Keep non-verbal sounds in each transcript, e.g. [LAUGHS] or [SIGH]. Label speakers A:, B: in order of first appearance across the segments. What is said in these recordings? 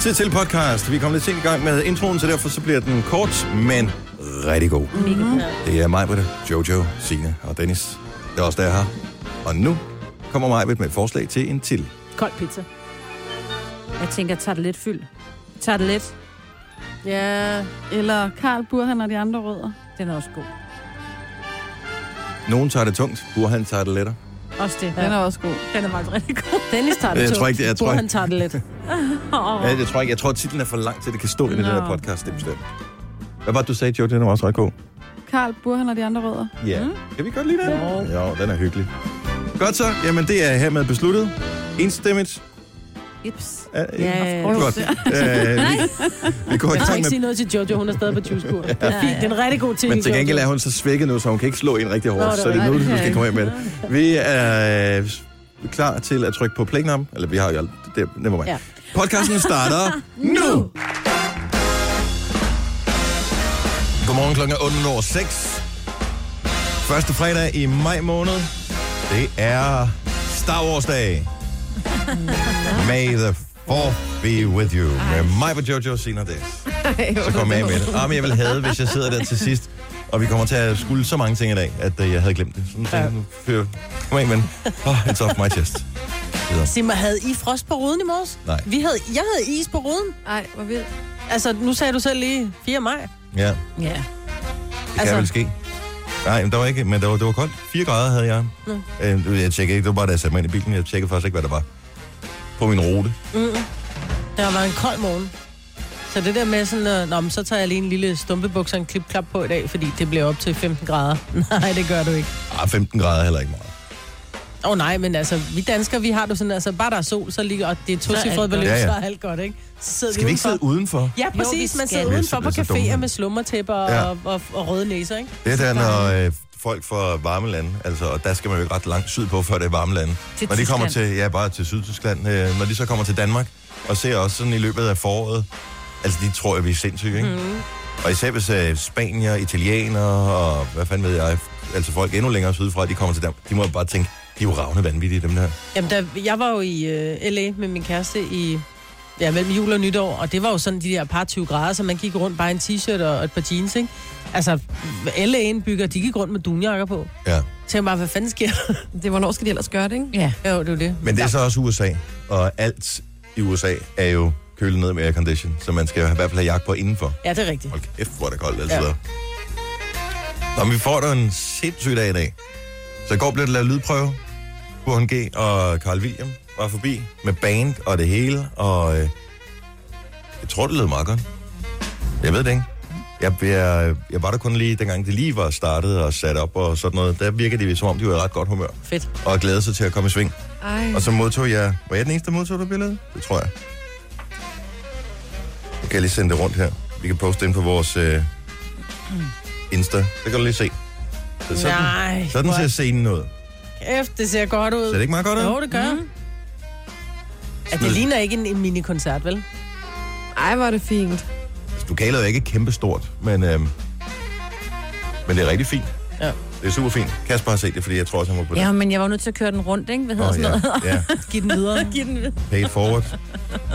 A: Tid til podcast. Vi kom lidt sent i gang med introen, så derfor så bliver den kort, men rigtig god.
B: Mhm.
C: Mm-hmm.
A: Det er mig, Jojo, Sina og Dennis. Det er også der her. Og nu kommer mig med et forslag til en til.
D: Kold pizza.
C: Jeg tænker tarteletfyld. Tartelet,
D: Ja, eller Karl Burhan og de andre rødder.
C: den er også god.
A: Nogen tager det tungt, Burhan tager det lettere.
C: Også det.
D: Den er også god.
C: den er faktisk rigtig god. Dennis tager
A: det Jeg tror tungt. ikke, det- jeg tror ikke-
C: han tager det [LAUGHS] lidt.
A: Ja, jeg tror ikke, jeg tror, titlen er for lang til, at det kan stå i den
D: Nå.
A: her podcast. Det er bestemt. Hvad var det, du sagde, Jojo? Den var også ret god.
D: Karl Burhan og de andre rødder.
A: Ja. Mm. Kan vi godt lide den? Jo. den er hyggelig. Godt så. Jamen, det er hermed besluttet. Enstemmigt.
C: Ips.
A: Ja,
C: ja, ja.
E: [LAUGHS]
A: Godt. Øh, vi, vi går i
E: Jeg skal
A: gang
E: ikke
A: med...
E: sige noget til Jojo, hun er stadig på juicekur. Det er fint, det er en rigtig god ting.
A: Men til gengæld er hun så svækket nu, så hun kan ikke slå en rigtig
E: Nå,
A: hårdt.
E: det
A: Så det er
D: var-
A: nu, du
D: Nej, det kan
A: skal
D: jeg
A: komme af
E: [LAUGHS]
A: med det. Vi er øh, klar til at trykke på play-knappen. Eller vi har jo... alt- Det, never mind.
E: Ja.
A: Podcasten
E: [LAUGHS]
A: starter nu! Godmorgen klokken er 8 over 6. Første fredag i maj måned. Det er Star Wars
E: [LAUGHS]
A: dag. May the 4th be with you. Med mig på Jojo senere det. [LAUGHS] Så kom jeg af med det. Ah, men jeg vil have, hvis jeg sidder der til sidst. Og vi kommer til at skulle så mange ting i dag, at øh, jeg havde glemt det. Sådan ting, nu fyrer Kom af med den. Oh, it's off my chest.
E: Sig mig, havde I frost på ruden i morges?
A: Nej.
E: Vi havde, jeg havde is på ruden.
D: Ej, hvor vildt.
E: Altså, nu sagde du selv lige 4. maj.
A: Ja, det
E: Ja.
A: kan
E: Altså-
A: vel ske. Nej, men der var ikke, men det var, det var koldt. 4 grader havde jeg.
E: Nå.
A: Øh, det- jeg tjekkede ikke, det var bare, da jeg satte mig ind i bilen. Jeg tjekkede faktisk ikke, hvad der var på min rute.
E: Det har været en kold morgen. Så det der med sådan, øh, Nå, men så tager jeg lige en lille stumpebuks og en klipklap på i dag, fordi det bliver op til 15 grader. [LAUGHS] Nej, det gør du ikke.
A: Ah, 15 grader er heller ikke meget.
E: Åh oh, nej, men altså, vi danskere, vi har du sådan, altså, bare der er sol, så ligger, og det er to
C: Så er alt
E: cifrede beløb,
A: godt. Ja, ja.
E: så er alt godt, ikke? Så sidder
A: Skal vi ikke
E: udenfor.
A: sidde udenfor?
E: Ja,
C: Jo, vi
E: præcis.
C: skal.
E: man sidder
C: Vi er
E: udenfor på
A: simpelthen så dumme.
E: caféer med slummertæpper
A: Ja.
E: ja. og, og, og, røde næser, ikke?
A: Det er der, når øh, folk fra varme lande, altså, og der skal man jo ikke ret langt sydpå, før det er varme lande.
C: Til
A: når de kommer
C: Tyskland.
A: til, ja, bare til Sydtyskland, øh, når de så kommer til Danmark, og ser os sådan i løbet af foråret, altså, de tror, at vi er sindssyge, ikke?
C: Mhm.
A: Mm. Og især hvis øh, spanier, italienere og hvad fanden ved jeg, altså folk endnu længere sydfra, de kommer til Danmark, de må jo bare tænke, de er jo ravne vanvittige, dem der.
E: Jamen, der, jeg var jo i øh, L.A. med min kæreste i, ja, mellem jul og nytår, og det var jo sådan de der par 20 grader, så man gik rundt bare i en t-shirt og, og et par jeans, ikke? Altså, alle indbygger, de gik rundt med dunjakker på.
A: Ja.
E: Tænk bare, hvad fanden sker der?
D: [LAUGHS] Det er, hvornår skal de ellers gøre det, ikke?
C: Ja.
E: jo, det er jo det.
A: Men det er så også USA, og alt i USA er jo kølet ned med aircondition, så man skal i hvert fald have jakke på indenfor.
E: Ja, det er rigtigt.
A: Hold kæft, hvor er det koldt altid. Ja.
E: Ja.
A: Nå, men vi får da en sindssyg dag i dag. Så i går blev det lavet lydprøve. Burhan G. og Carl William var forbi med band og det hele, og øh, jeg tror, det lød meget godt. Jeg ved det ikke. Jeg, jeg, jeg var der kun lige, dengang det lige var startet og sat op og sådan noget, der virkede det som om, de var i ret godt humør
E: Fedt.
A: og glædede sig til at komme i sving.
D: Ej.
A: Og så modtog jeg... Var jeg den eneste, der modtog det billede? Det tror jeg. Jeg kan lige sende det rundt her. Vi kan poste det ind på vores øh, Insta. Det kan du lige se. Så, sådan,
E: Nej,
A: sådan
E: hvor
A: ser scenen ud.
E: kæft, det ser godt ud.
A: Ser det ikke meget godt ud?
E: Jo, det gør.
D: Mhm.
E: Mm. Ja, det ligner ikke en, en minikoncert, vel?
D: Ej, hvor er det fint.
A: Altså, Lokalet er ikke kæmpestort, men, øh, men det er rigtig fint.
E: Ja.
A: Det er super fint. Kasper har set det, fordi jeg tror også, han var på det.
C: ja, men jeg var nødt til at køre den rundt, ikke? Hvad hedder
A: Åh,
C: sådan noget?
A: ja, ja.
E: Giv den videre.
C: [LAUGHS] Giv den videre.
A: Pay it forward.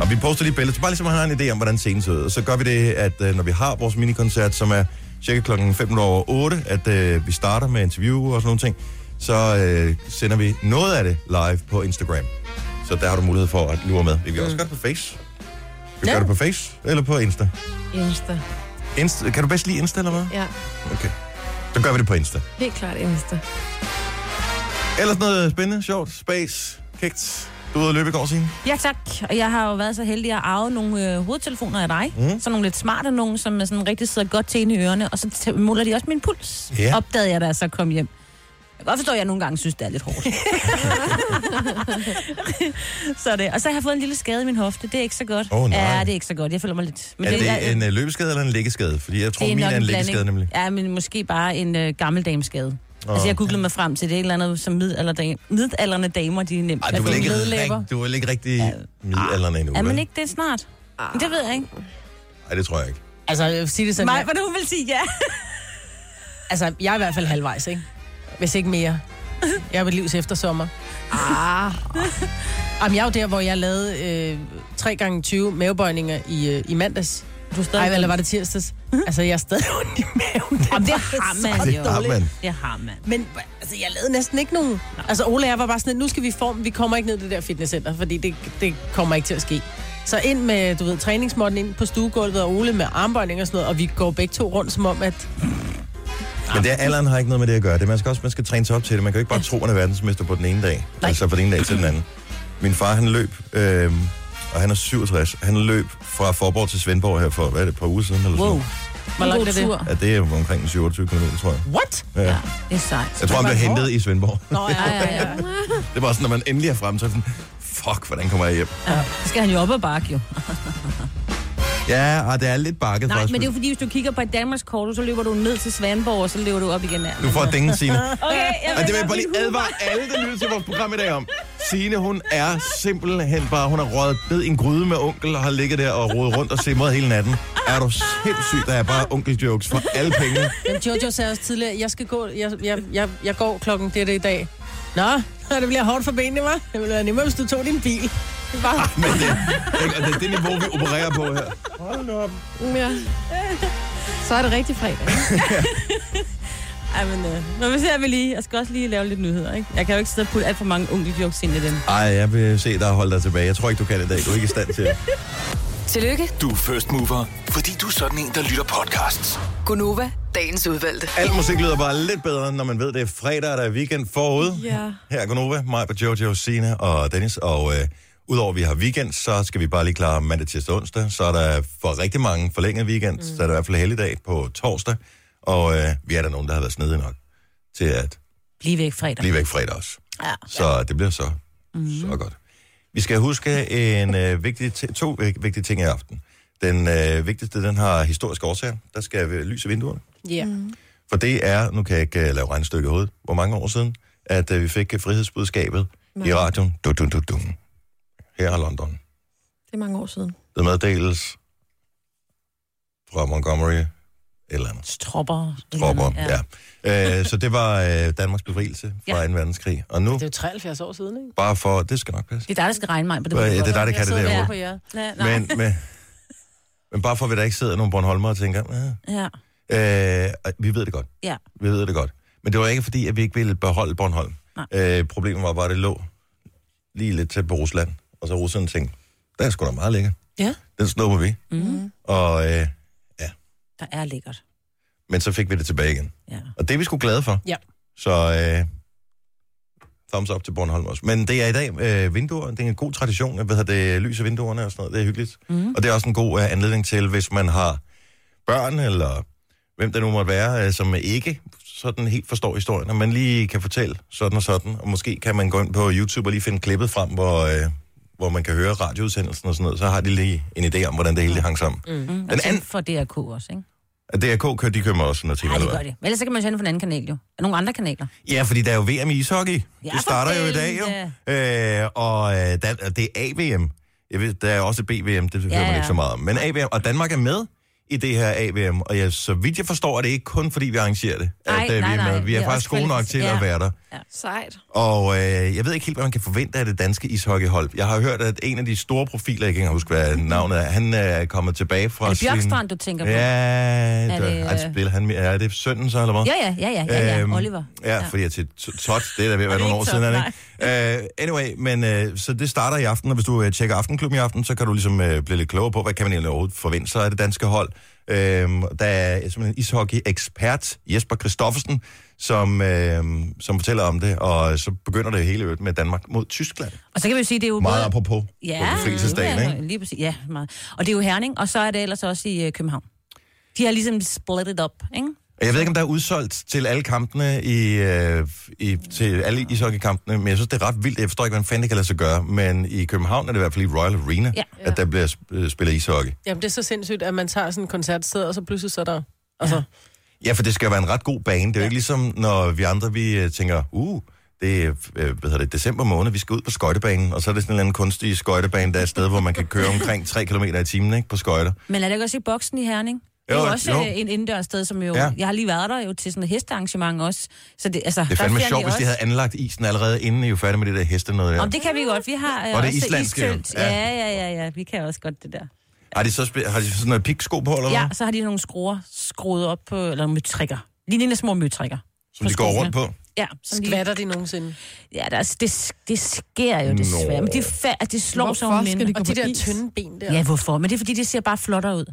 A: Og vi poster lige billeder, så bare ligesom man har en idé om, hvordan scenen ser ud. Og så gør vi det, at øh, når vi har vores minikoncert, som er cirka klokken 5 over 8, at øh, vi starter med interview og sådan nogle ting, så øh, sender vi noget af det live på Instagram. Så der har du mulighed for at lure med. Vi kan også gøre det på Face. Kan du
E: Ja.
A: gøre det på Face eller på Insta?
D: Insta.
A: Insta? Kan du bedst lide Insta eller hvad?
D: Ja,
A: Okay. Så gør vi det på Insta.
D: helt klart Insta.
A: Ellers noget spændende, sjovt, space, kægt. Du er ude at løbe i går, Signe.
C: Ja, tak. Og jeg har jo været så heldig at arve nogle øh, hovedtelefoner af dig.
A: Mm.
C: Mm. Sådan nogle lidt smarte nogle, som er sådan rigtig sidder godt til inde i ørerne. Og så tæ- måler de også min puls.
A: Ja.
C: Opdagede jeg, da jeg så kom hjem. Jeg kan godt forstå, at jeg nogle gange synes, det er lidt
A: [LAUGHS]
C: hårdt. [LAUGHS] så det. Og så har jeg fået en lille skade i min hofte. Det er ikke så godt.
A: Åh, nej.
C: Ja, det er ikke så godt. Jeg føler mig lidt...
A: Er det,
C: jeg-
A: en øh, løbeskade eller en læggeskade? Fordi jeg tror,
C: Det
A: min
C: nok
A: er en
C: blanding.
A: læggeskade nemlig.
C: Ja, men måske bare en øh, gammeldameskade.
A: Åh.
C: Oh. Altså, jeg googlede mig frem til det. er Et eller andet, som midalderdame- midaldrende damer, de er nemt.
A: Ej,
C: at
F: Altså
A: du er vel
C: få.
A: ikke,
E: nedlæber.
A: rig- du er vel ikke rigtig ja.
C: Ja.
A: middelalderen endnu,
C: Er man
A: vel?
C: ikke det snart? Men det ved jeg ikke.
A: Nej, det tror jeg ikke.
E: Altså, jeg vil sige det sådan.
C: Nej,
E: jeg-
C: [LAUGHS] hvor du vil sige ja.
E: Altså, jeg er i hvert fald halvvejs, ikke? Hvis ikke mere. Jeg er mit livs eftersommer.
D: Ah,
E: Jamen, jeg er jo der, hvor jeg lavede øh, 3 gange 20 mavebøjninger i, øh, i mandags.
C: Du er stadig...
E: Nej, eller var det tirsdags? Altså, jeg er stadig [LAUGHS] ondt i maven.
C: Jamen, [LAUGHS] det
E: var
C: har
E: så
C: man
A: Det
C: jo.
A: har man.
C: Det har man.
E: Men altså, jeg lavede næsten ikke nogen. Altså, Ole og jeg var bare sådan, at nu skal vi i form. Vi kommer ikke ned i det der fitnesscenter, fordi det, det kommer ikke til at ske. Så ind med, du ved, træningsmåtten ind på stuegulvet, og Ole med armbøjning og sådan noget, og vi går begge to rundt som om, at...
A: Men det, alderen har ikke noget med det at gøre. Det, man skal også man skal træne sig op til det. Man kan jo ikke bare tro, man er verdensmester på den ene dag. Nej. Altså fra den ene dag til den anden. Min far, han løb, øh, og han er 67. Han løb fra Forborg til Svendborg her for, hvad er det, et par uger siden? Eller sådan noget.
E: Hvor langt er det?
C: Tur.
A: Ja, det er omkring 27 km, tror jeg.
E: What?
A: Ja.
C: Ja, det er sejt.
A: Jeg tror, han
E: var
A: blev
E: en
A: hentet
E: hård-
A: i Svendborg.
E: Nå, ja, ja, ja.
A: [LAUGHS] Det var sådan, når man endelig er fremme, så er det sådan, fuck, hvordan kommer jeg hjem?
C: Ja. Så skal han jo op og bakke, jo.
A: Ja, og det er lidt bakket
C: Nej,
A: faktisk.
C: men det er jo fordi, hvis du kigger på et Danmarkskort, så løber du ned til Svanborg, og så løber du op igen.
A: Du får dængen, Signe.
C: [LAUGHS] Okay, jeg
A: Og det vil jeg bare lige advare alle, der lytter til vores program i dag om. Signe, hun er simpelthen bare, hun har røget bed i en gryde med onkel, og har ligget der og rodet rundt og simret hele natten. Er du sindssyg, der er bare onkeljokes for alle penge.
E: Men Jojo sagde også tidligere, jeg skal gå, jeg, jeg, jeg, jeg går klokken det, det i dag. Nå, [LAUGHS] det bliver hårdt for benene, hva'? Det ville være nemmere, hvis du tog din bil. Det er bare...
A: Ah, Men det, ikke? Og det er det niveau, vi opererer på her. Hold nu op.
D: Ja. Så er det rigtig fredag.
C: Ej, men øh, men vi ser vi lige. Jeg skal også lige lave lidt nyheder, ikke? Jeg kan jo ikke sidde og putte alt for mange onkeljokes ind i den.
A: Ej, jeg vil se dig holde dig tilbage. Jeg tror ikke, du kan det i dag. Du er ikke i stand til det.
G: Tillykke,
H: Du er first mover, fordi du er sådan en, der lytter podcasts.
G: Gunova, dagens udvalgte.
A: Al musik lyder bare lidt bedre, når man ved, det er fredag, og der er weekend forud.
D: Ja.
A: Her er Gunova, mig på Jojo, Sine og Dennis. Og øh, udover at vi har weekend, så skal vi bare lige klare mandag, tirsdag og onsdag. Så er der for rigtig mange forlænget weekend, mm. så er der i hvert fald helligdag på torsdag. Og øh, vi er der nogen, der har været snedige nok til at
C: Bliv væk fredag. Mhm.
A: blive væk fredag også.
C: Ja.
A: Så det bliver så, mm. så godt. Vi skal huske en, øh, vigtig ti- to øh, vigtige ting i aften. Den øh, vigtigste, den har historiske årsager. Der skal øh, lys i vinduerne.
E: Ja.
I: Mm.
A: For det er, nu kan jeg ikke uh, lave regnstykke i hovedet, hvor mange år siden, at uh, vi fik øh, frihedsbudskabet Nej. i radioen. Du, du, du, du. Her i London.
F: Det er mange år siden.
A: Det meddeles fra Montgomery, et eller andet.
C: Tropper.
A: Tropper, ja. ja. Uh, så det var uh, Danmarks befrielse fra ja. 2. verdenskrig. Og nu,
E: Det er jo 73 år siden, ikke?
A: bare for, det skal nok passe.
C: Det er dig, der skal regne mig på det.
A: Øh, det er dig, der kan det
E: Jeg sidder
A: der.
E: bare
A: Ole.
E: på jer.
C: Ja, nej.
A: Men, men, men bare for, at vi der ikke sidder nogle Bornholmer og tænker, "Ah."
C: Ja.
A: Øh, og vi ved det godt.
C: Ja.
A: Vi ved det godt. Men det var ikke fordi, at vi ikke ville beholde Bornholm.
C: Nej.
A: Øh, problemet var bare, at det lå lige lidt tæt på Rusland. Og så russerne tænkte, der er sgu da meget lækkert.
E: Ja.
A: Den snupper vi.
C: Mm.
A: Og, øh,
C: Der er lækkert.
A: men så fik vi det tilbage igen.
C: Ja.
A: Og det er vi sgu glade for.
E: Ja.
A: Så øh, thumbs up til Bornholm også. Men det er i dag øh, vinduer. Det er en god tradition. Hvad hedder det? Lys af vinduerne og sådan noget. Det er hyggeligt.
C: Mhm.
A: Mm. Og det er også en god øh, anledning til, hvis man har børn eller hvem det nu måtte være, øh, som ikke sådan helt forstår historien, og man lige kan fortælle sådan og sådan. Og måske kan man gå ind på YouTube og lige finde klippet frem, hvor, øh, hvor man kan høre radioudsendelsen og sådan noget. Så har de lige en idé om, hvordan det hele hang sammen. Mm.
C: Mm.
A: Den
C: Den
A: anden-
C: anden... for DRK også, ikke?
A: DRK kører, de kører mig også, når timer,
C: Ja,
A: eller
C: det gør
A: hvad?
C: det. Men ellers så kan man sende for en anden kanal jo. Nogle andre kanaler.
A: Ja, fordi der er jo VM i ishockey.
C: Ja,
A: det starter
C: for
A: jo i dag, jo. Øh, og øh, Dan- og det er AVM. Jeg ved, der er også et BVM, det hører man
C: ja.
A: ikke så meget om. Men AVM, og Danmark er med i det her AVM. Og jeg, så vidt jeg forstår, er det ikke kun, fordi vi arrangerer det. øh,
C: Nej,
A: vi
C: nej,
A: er
C: nej.
A: med. Vi er,
C: Vi er
A: faktisk
C: også
A: gode nok til
C: kvalificeret.
A: at være der.
F: Sejt.
A: Og øh, jeg ved ikke helt, hvad man kan forvente af det danske ishockeyhold. Jeg har hørt, at en af de store profiler, jeg kan ikke huske, hvad navnet er, han øh, er kommet tilbage fra
C: Er det
A: sin...
C: Bjørkstrand, du tænker på?
A: Ja, er
C: det,
A: det,
C: øh,
A: er, spiller han, mere- er det sønnen så, eller hvad?
C: Ja, ja, ja, ja, ja,
A: Øhm,
C: ja. Oliver.
A: Ja, ja. fordi jeg til Tot, det er da ved at være
C: det
A: nogle
C: ikke
A: år
C: Tot?
A: siden, er det ikke? Uh, anyway, men uh, så det starter i aften, og hvis du uh, tjekker Aftenklubben i aften, så kan du ligesom uh, blive lidt klogere på, hvad kan man egentlig overhovedet forvente sig af det danske hold. Uh, der er simpelthen en ishockey-ekspert, Jesper Christoffersen, som, uh, som fortæller om det, og så begynder det hele i øvrigt med Danmark mod Tyskland.
C: Og så kan vi jo sige, det er jo
A: Meget
C: både...
A: apropos
C: Ja,
A: på befrielsesdagen,
C: ja,
A: ikke?
C: Lige præcis, ja, meget. Og det er jo Herning, og så er det ellers også i øh, København. De har ligesom splittet op, ikke?
A: Og Jeg ved ikke, om der er udsolgt til alle kampene i, øh, i til alle ishockeykampene, men jeg synes, det er ret vildt. Jeg forstår ikke, hvordan fanden det kan lade sig gøre, men i København er det i hvert fald i Royal Arena, ja.
C: Ja.
A: at der bliver sp- øh, spillet ishockey.
E: Jamen, det er så sindssygt, at man tager sådan en koncertsted, og så pludselig så er der... Altså,
A: Ja, for det skal jo være en ret god bane. Det er jo ikke ligesom, når vi andre vi øh, tænker, uh, det er øh, hvad hedder det, december måned, vi skal ud på skøjtebanen, og så er det sådan en eller anden kunstig skøjtebane, der er et sted, hvor man kan køre omkring 3 km i timen ikke, på skøjter.
C: Men er det ikke også øh, i boksen i Herning?
F: Det er
A: Jo,
F: jo også
A: jo.
F: jo. en indendørs sted, som jo...
A: Ja.
F: Ja. Jeg har lige været der jo til sådan et hestearrangement også. Så det, altså,
A: Det er fandme
F: der ser
A: sjovt, hvis
F: også-
A: de havde anlagt isen allerede, inden I var færdige med det der heste noget der.
F: Om det kan vi godt. Vi har øh,
A: Og det
F: også
A: islandske,
F: istelt.
A: ja.
F: Ja. ja, ja, ja, ja. Vi kan også godt det der.
A: Har de så spe- har de sådan noget piksko på, eller hvad?
F: Ja, så har de nogle skruer skruet op på... Eller nogle møtrikker. Lignende små møtrikker.
A: Som de går rundt på.
F: Ja, som de,
E: Skvatter de nogensinde?
F: ja der, er- altså- det, det sker jo desværre. Men det, fa- altså, det slår sig
D: Hvorfor
F: om
D: skal de
F: minde.
D: gå
E: Og
D: på
E: de der
D: is?
E: tynde ben der.
F: Ja, hvorfor? Men det er, fordi det ser bare flottere ud.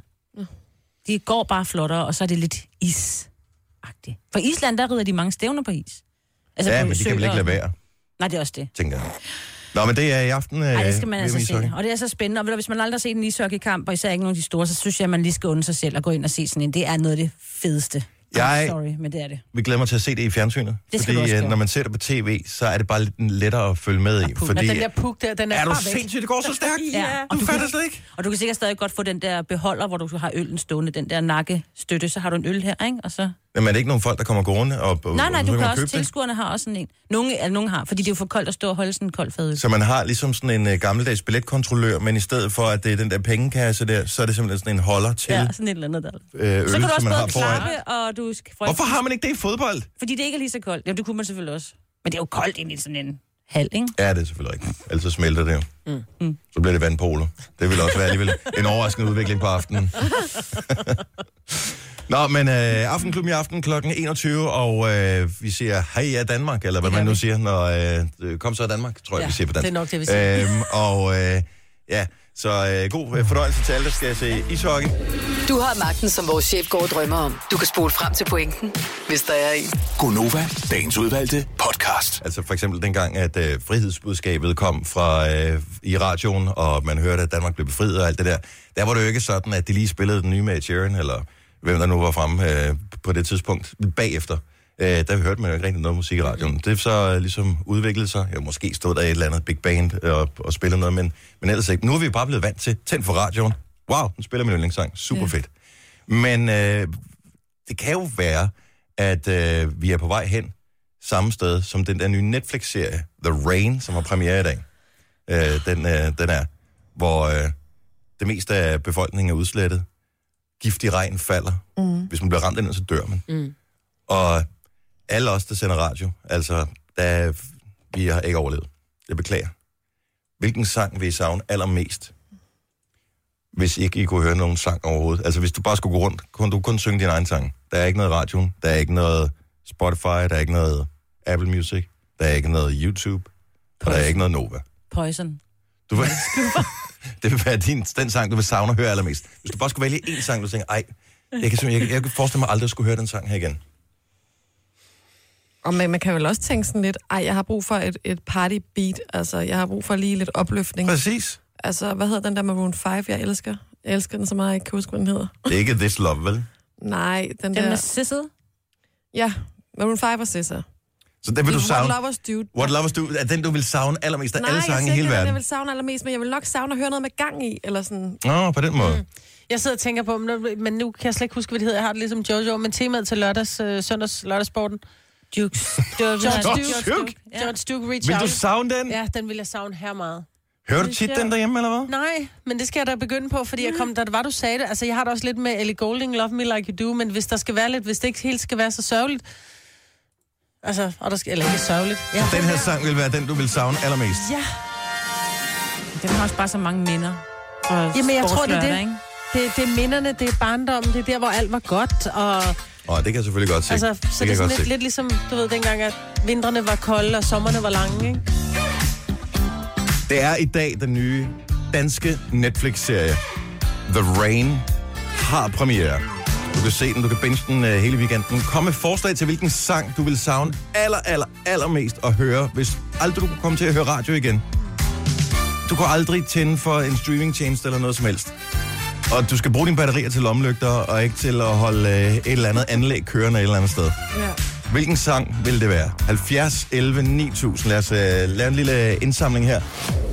F: De går bare flottere, og så er det lidt is -agtigt. For Island, der rider de mange stævner på is. Altså
A: Ja,
F: på
A: men de kan vel
F: søer.
A: ikke lade være,
F: Nej, det er også det.
A: tænker jeg. Nå, men det er i aften. øh,
F: Nej, det skal man altså se. Og det er så spændende. Og ved du, hvis man aldrig har set en ishockeykamp, og især ikke nogen af de store, så synes jeg, at man lige skal unde sig selv og gå ind og se sådan en. Det er noget af det fedeste. I'm
A: Jeg-
F: Sorry, men det er det.
A: Vi glæder mig til at se det i fjernsynet.
F: Det skal du
A: fordi
F: også
A: øh,
F: gøre. Ah,
A: når man ser det på tv, så er det bare lidt lettere at følge med i.
E: Når
A: Fordi,
E: den der puk der, den er,
A: er du
E: bare væk.
A: sindssygt, det går så stærkt?
F: [LAUGHS] Ja, og
A: Du
F: du
A: fatter slet ikke.
F: Og du kan sikkert stadig godt få den der beholder, hvor du har øllen stående, den der nakkestøtte, så har du en øl her, ikke? Og så...
A: Jamen, er det ikke nogen folk, der kommer gående og, og
F: Nej, nej,
A: og-
F: du
A: og-
F: kan
A: og
F: også,
A: købe det?
F: tilskuerne har også sådan en. Nogle, eller nogle har, fordi det er jo for koldt at stå og holde sådan en kold fadøl.
A: Så man har ligesom sådan en uh, gammeldags billetkontrollør, men i stedet for, at det er den der pengekasse der, så er det simpelthen sådan en holder til
F: Ja,
A: ja.
F: sådan et eller andet der.
A: øh, øl,
F: Så kan du
A: som
F: også
A: man har
F: både
A: foran.
F: klappe, og du skal frygte,
A: Hvorfor har man ikke det i fodbold?
F: fordi det ikke er lige så koldt. Jamen, det kunne man selvfølgelig også. Men det er jo koldt ind i sådan en halv, ikke?
A: Ja, det er selvfølgelig rigtigt. Ellers så smelter det jo. Mm. Så bliver det vandpoler. Det vil også være alligevel en overraskende udvikling på aftenen. Nå, men øh, Aftenklubben i aften kl. 21, og øh, vi siger hej ja Danmark, eller hvad man nu siger, når øh, øh, kom så Danmark, tror jeg,
E: Ja,
A: vi siger på dansk.
E: det er nok det, vi
A: siger. Øhm, og øh, ja, så øh, god øh, fornøjelse til alle, der skal se ishockey.
G: Du har magten, som vores chef går og drømmer om. Du kan spole frem til pointen, hvis der er en.
H: Gonova, dagens udvalgte podcast.
A: Altså for eksempel dengang, at øh, frihedsbudskabet kom fra øh, i radioen, og man hørte, at Danmark blev befriet og alt det der. Der var det jo ikke sådan, at de lige spillede den nye med Ed Sheeran, eller hvem der nu var fremme øh, på det tidspunkt bagefter. Øh, der hørte man jo ikke rigtig noget musik i radioen. Det er så øh, ligesom udviklet sig. Ja, måske stod der et eller andet big band øh, og, og spillede noget, men, men ellers ikke. Nu er vi bare blevet vant til, tænd for radioen. Wow, nu spiller min yndlingssang. Super fedt. Men øh, det kan jo være, at øh, vi er på vej hen samme sted som den der nye Netflix-serie, The Rain, som har premiere i dag. Øh, den, øh, den er, hvor øh, det meste af befolkningen er udslettet. Giftig regn falder. Mm. Hvis man bliver ramt af den, så dør man. Mm. Og alle os, der sender radio, altså, der, vi har ikke overlevet. Jeg beklager. Hvilken sang vil I savne allermest? Hvis ikke I kunne høre nogen sang overhovedet. Altså, hvis du bare skulle gå rundt, kunne du kun synge din egen sang. Der er ikke noget i radioen, der er ikke noget Spotify, der er ikke noget Apple Music, der er ikke noget YouTube, og der er ikke noget Nova.
F: [LAUGHS] Poison.
A: Du vil, [LAUGHS] det vil være din, den sang, du vil savne at høre allermest. Hvis du bare skulle vælge én sang, du tænker, ej, jeg kan, simpelthen- jeg, kan- jeg kan forestille mig aldrig at skulle høre den sang her igen.
I: Og man, man kan vel også tænke sådan lidt, ej, jeg har brug for et, et party beat, altså jeg har brug for lige lidt opløftning.
A: Præcis.
I: Altså, hvad hedder den der Maroon 5, jeg elsker? Jeg elsker den så meget, jeg ikke kan huske, hvad den hedder.
A: Det er ikke This Love, vel?
I: Nej, den, den
F: Den
I: der...
F: med sisset.
I: Ja, Maroon 5 og SZA.
A: Så den vil du savne.
I: What Lovers Dude.
A: What Lovers Du er den, du vil savne allermest af
I: Nej,
A: alle
I: jeg
A: sange i
I: siger
A: hele
I: ikke, at jeg
A: verden.
I: vil savne allermest, men jeg vil nok savne at høre noget med gang i, eller sådan.
A: Nå, på den måde.
I: Mm.
E: Jeg sidder og tænker på, men- men nu kan jeg slet ikke huske, hvad det hedder. Jeg har det ligesom Jojo, men temaet til lørdags, øh, søndags lørdagssporten. [LAUGHS]
F: Jukes. George
A: George Duke.
E: Ja. George Duke Reach
A: Vil
E: Out.
A: du savne den?
E: Ja, den vil jeg savne her meget.
A: Hører du tit den derhjemme, eller hvad?
E: Nej, men det skal jeg da begynde på, fordi jeg kom, da det var, du sagde det. Altså, jeg har det også lidt med Ellie Golding, Love Me Like You Do, men hvis der skal være lidt, hvis det ikke helt skal være så sørgeligt, altså, og der skal, eller ikke sørgeligt. Ja,
A: Den her sang vil være den, du vil savne allermest.
E: Ja,
F: Den har også bare så mange minder.
E: Jamen, jeg tror, det er
F: sportslørdag,
E: det.
F: ikke?
E: det, det er minderne, det er barndommen, det er der, hvor alt var godt, og
A: Åh, det kan jeg selvfølgelig godt se.
E: altså,
A: det
E: så
A: kan
E: det er
A: jeg
E: sådan
A: godt
E: lidt,
A: se.
E: lidt ligesom, du ved, dengang, at vintrene var kolde, og sommerne var lange, ikke?
A: Det er i dag den nye danske Netflix-serie The Rain har premiere. Du kan se den, du kan binge den øh, hele weekenden. Kom med forslag til, hvilken sang du vil savne aller, aller, allermest at høre, hvis aldrig du kunne komme til at høre radio igen. Du kan aldrig tænde for en streamingtjeneste eller noget som helst. Og du skal bruge dine batterier til lommelygter, og ikke til at holde øh, et eller andet anlæg kørende et eller andet sted.
B: [LAUGHS]
I: Ja.
A: Hvilken sang vil det være? 70, 11, 9000. Lad os øh, lave en lille indsamling her.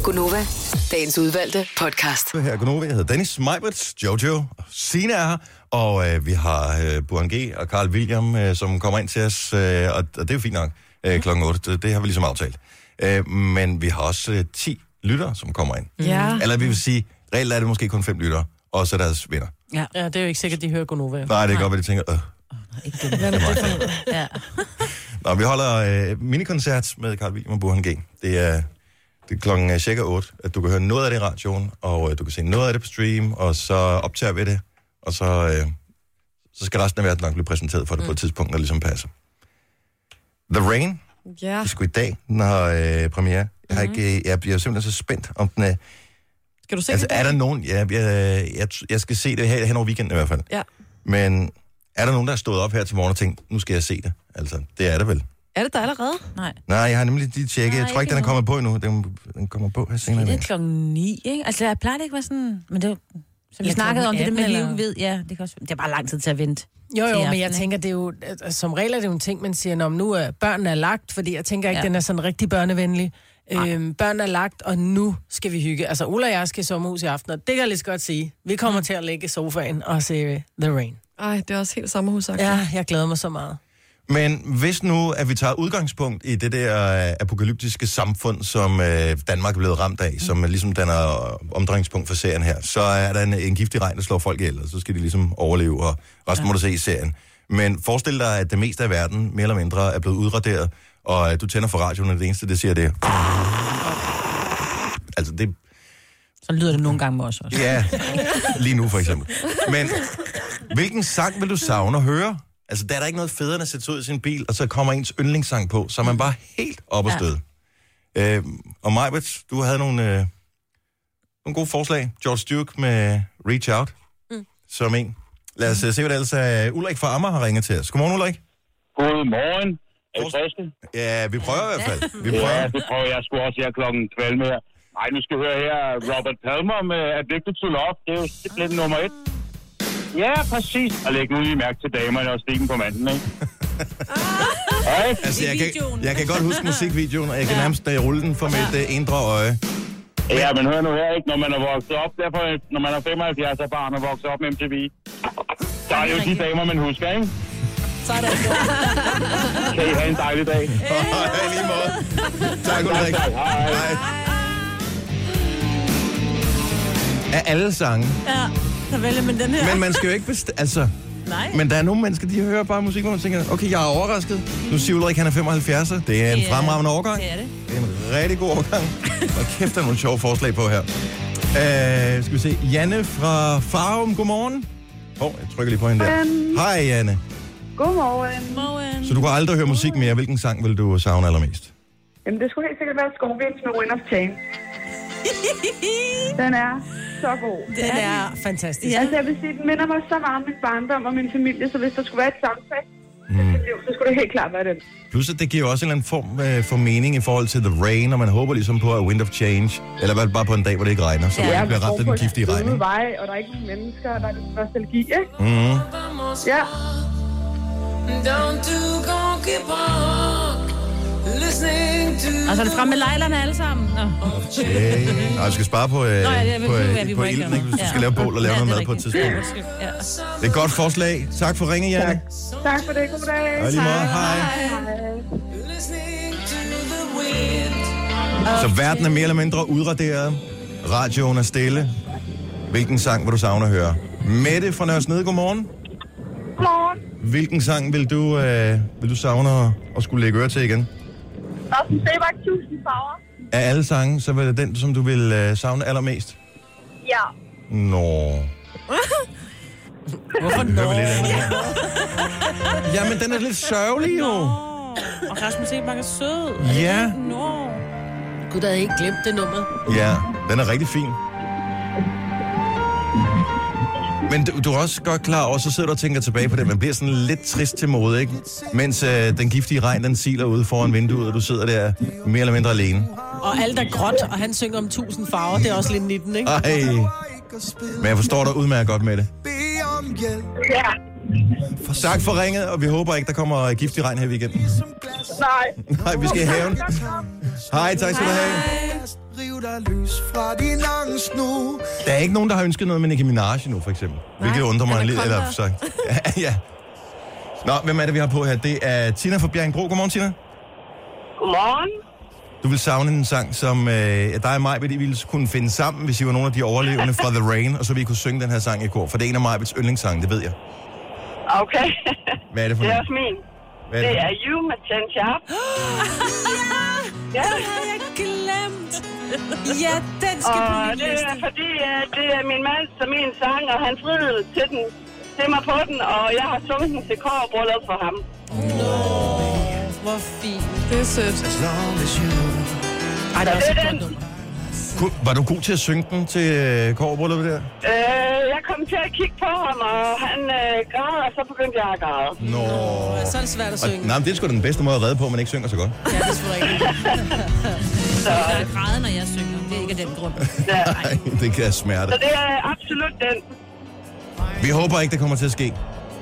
G: Gonova, dagens udvalgte podcast.
A: Her er Gunova. Jeg hedder Dennis Meiberts, Jojo, Sina er her, og øh, vi har øh, Buren G. og Carl William, øh, som kommer ind til os, øh, og, og det er jo fint nok, øh, klokken 8. Det, det har vi ligesom aftalt. Øh, men vi har også øh, 10 lytter, som kommer ind.
I: Ja.
A: Eller vi vil sige, reelt er det måske kun 5 lytter, og så deres venner.
E: Ja, det er jo ikke sikkert, de hører Gonova.
A: Nej, det kan godt være, de tænker, øh.
F: Ikke dem. Hvad er det for noget? Ja.
A: Nå, vi holder øh, minikoncert med Carl William og Burhan G. Det er, det er klokken øh, cirka 8, at du kan høre noget af det i radioen, og øh, du kan se noget af det på stream, og så optager vi det, og så, øh, så skal resten af verden nok blive præsenteret for det mm. på et tidspunkt, der ligesom passer. The Rain,
I: Ja,
A: det er sgu i dag, den har øh, premiere. Jeg, har ikke, øh, jeg bliver simpelthen så spændt, om den er...
I: skal Mhm. du se
A: Altså,
I: det?
A: er der nogen... Jeg, jeg, jeg, jeg skal se det her hen over weekenden i hvert fald.
I: Ja.
A: Men er der nogen, der har stået op her til morgen og tænkt, nu skal jeg se det? Altså, det er det vel.
I: Er det der allerede? [LAUGHS]
F: Nej.
A: Nej, jeg har nemlig lige tjekket. Jeg
F: Nej,
A: tror ikke,
F: ikke
A: den er
F: endnu.
A: kommet på endnu. Den, den kommer på her senere. i
F: Det er
A: dag.
F: klokken ni, ikke? Altså, jeg plejer det ikke at være sådan... Men det var, som vi snakkede om, det der med liv ved, ja, det kan også, det er bare lang tid til at vente.
E: Jo,
F: til
E: jo, men
F: aften,
E: jeg
F: ikke?
E: tænker, det er jo, altså, som regel er det jo en ting, man siger, når nu er børnene er lagt, fordi jeg tænker ikke,
F: Ja.
E: ja. den er sådan rigtig børnevenlig. Øhm, børnene er lagt, og nu skal vi hygge. Altså, Ola og jeg skal i sommerhus i aften, og det kan jeg lige så godt sige. Vi kommer
F: Mm.
E: til at ligge i sofaen og se øh, The Rain.
I: Ej, det er også helt sommerhusagtigt. Ja.
E: Ja, jeg glæder mig så meget.
A: Men hvis nu, at vi tager udgangspunkt i det der øh, apokalyptiske samfund, som øh, Danmark er blevet ramt af, som øh, ligesom danner øh, omdrejningspunkt for serien her, så er der en, en giftig regn, der slår folk ihjel, og så skal de ligesom overleve, og resten ja. må du se i serien. Men forestil dig, at det meste af verden, mere eller mindre, er blevet udraderet, og øh, du tænder for radioen, og det eneste, det siger, det er... Altså, det,
F: Så lyder det nogle gange med os også.
A: Ja, lige nu for eksempel. Men hvilken sang vil du savne at høre? Altså, der er der ikke noget federe, end at sætte sig ud i sin bil, og så kommer ens yndlingssang på, så er man bare helt op og
F: Ja.
A: stød. Ja. Øh, og Majbert, du havde nogle, øh, nogle gode forslag. George Duke med Reach Out, mm. som en. Lad os øh, se, hvad det ellers er. Ulrik fra Ammer har ringet til os. Godmorgen, Ulrik.
J: Godmorgen. Er I
A: Godmorgen.
J: friske?
A: Ja, vi prøver i hvert fald. Vi
J: Ja,
A: prøver.
J: det prøver jeg sgu også her klokken 12 mere. Nej, nu skal vi høre her Robert Palmer med Addicted to Love. Det er jo simpelthen nummer et. Ja, præcis. Og læg nu lige mærke til damerne og stikken på manden, ikke? Hej.
A: Altså, jeg kan,
C: videoen.
A: jeg kan godt huske musikvideoen, og jeg kan nærmest øh, rulle den for mit øh, indre øje.
J: Ja, men hør nu her, ikke? Når man er vokset op, derfor, når man er 75 er barn og vokset op med MTV. Der er jo de damer, man husker, ikke? Sådan. Kan I have en dejlig
A: [LAUGHS]
J: dag.
A: Hej, lige måde. Tak, Ulrik.
J: Hej.
A: Hej. Af alle sange.
C: Ja, så vælger man den her.
A: Men man
E: [LAUGHS]
A: skal jo ikke bestemme... Altså,
C: Nej.
A: men der er nogle mennesker, de hører bare musik, hvor man tænker, okay, jeg er overrasket. Nu siger Ulrik, han er 75. Det er en
F: er-
A: fremragende overgang.
F: det er det.
A: Det er en rigtig god overgang. Og kæft, der er nogle sjove forslag på her. Uh, skal vi se. Janne fra Farum, godmorgen. Åh, oh, jeg trykker lige på hende der. Hej, Janne.
B: Godmorgen.
C: Morgen.
A: Så du kan aldrig høre musik mere. Hvilken sang vil du savne allermest?
B: Jamen, det skulle helt sikkert være Scorpions med Wind of Change. Den er så god.
E: Den er fantastisk.
B: Altså, jeg vil sige, den minder mig så meget om min barndom og min familie, så hvis der skulle være et soundtrack mm.
A: Hmm.
B: liv, så skulle det helt klart være den.
A: Plus, at det giver jo også en eller anden form øh, for mening i forhold til The Rain, og man håber ligesom på, at Wind of Change, eller i hvert fald bare på en dag, hvor det ikke regner, så man ikke bliver ramt af den giftige regn.
B: Ude
A: ikke?
B: vej, og der er ikke nogen mennesker, og der er lidt nostalgi, ikke?
A: Mhm.
B: Ja,
C: Og så er det frem med lejlerne alle sammen. Nå.
A: Okay. Nej, vi skal spare på, øh,
C: Nå, ja,
A: Nej,
C: jeg vil
A: på,
C: sige,
A: øh,
C: at vi
A: på
C: må ikke
A: ilden,
C: gøre
A: ikke, hvis du
C: noget.
A: skal lave bål og lave
C: Ja,
A: noget
C: det er
A: mad på et
C: rigtigt.
A: tidspunkt.
C: Ja.
A: Det er et godt forslag. Tak for ringen, Janne.
B: tak for det. God dag.
A: Og lige måde. Hej. Så verden er mere eller mindre udraderet. Radioen er stille. Hvilken sang vil du savne at høre? Mette fra Nørres Nede, godmorgen.
B: Godmorgen.
A: Hvilken sang vil du, øh, vil du savne at, at skulle lægge øre til igen?
B: Rasmus Sebak, tusind farver.
A: Af alle sange, så var det den, som du vil øh, savne allermest?
B: Ja.
A: [LAUGHS] Nå.
E: Hvorfor
A: Vi hører
E: nå?
A: vel lidt andet her. Jamen, den er lidt sørgelig jo.
C: Og Rasmus Sebak er sød.
A: Ja.
C: Nå.
E: Gud, der havde ikke glemt det nummer.
A: Ja, den er rigtig fin. Men du, du er også godt klar over, så sidder du og tænker tilbage på det. Man bliver sådan lidt trist til mode, ikke? Mens øh, den giftige regn, den siler ude foran vinduet, og du sidder der mere eller mindre alene.
E: Og alt er gråt, og han synger om tusind farver. Det er også lidt 19, ikke?
A: Ej. Men jeg forstår dig udmærket godt med det.
B: Ja.
A: Tak for ringet, og vi håber ikke, der kommer øh, giftig regn her i weekenden.
B: Nej.
A: Nej, vi skal i haven. Hej, tak skal du have. Der er ikke nogen, der har ønsket noget med Nicki Minaj nu, for eksempel. Hvilket undrer mig lidt. Eller, så, ja, [LAUGHS] ja. Nå, hvem er det, vi har på her? Det er Tina fra Bjerringbro. Godmorgen, Tina.
B: Godmorgen.
A: Du vil savne en sang, som øh, dig og Majbet, I ville kunne finde sammen, hvis I var nogle af de overlevende fra The Rain, og så vi kunne synge den her sang i kor. For det er en af Majbets yndlingssange, det ved jeg.
K: Okay.
A: Hvad er det for
K: Det er
A: en?
K: også min.
A: Hvad er
K: det
A: det?
K: er You med Ten Sharp. ja, det havde jeg glemt.
F: Ja, den skal
K: og
F: på min
K: det er
F: liste.
K: fordi, øh, det er min mand, som en sang, og han friede til, den, til mig på den, og jeg har sunget den til kor og bryllup for ham.
E: Hvor fint.
I: Det er sødt.
K: Ej, det er også et godt
A: Kun, var du god til at synge den til øh, korbrylluppet der?
K: Øh, jeg kom til at kigge på ham, og han øh, græd, og så begyndte jeg at græde.
A: Nå.
K: Nå
E: så er det svært at synge.
A: Og, nej, men det er sgu da den bedste måde at redde på, at man ikke synger så godt.
E: Ja, det er selvfølgelig rigtigt.
K: så,
F: [LAUGHS] Der er græde, når jeg synger. Det er ikke af den grund.
A: Nej, [LAUGHS] det kan smerte.
K: Så det er absolut den.
A: Vi håber ikke, det kommer til at ske.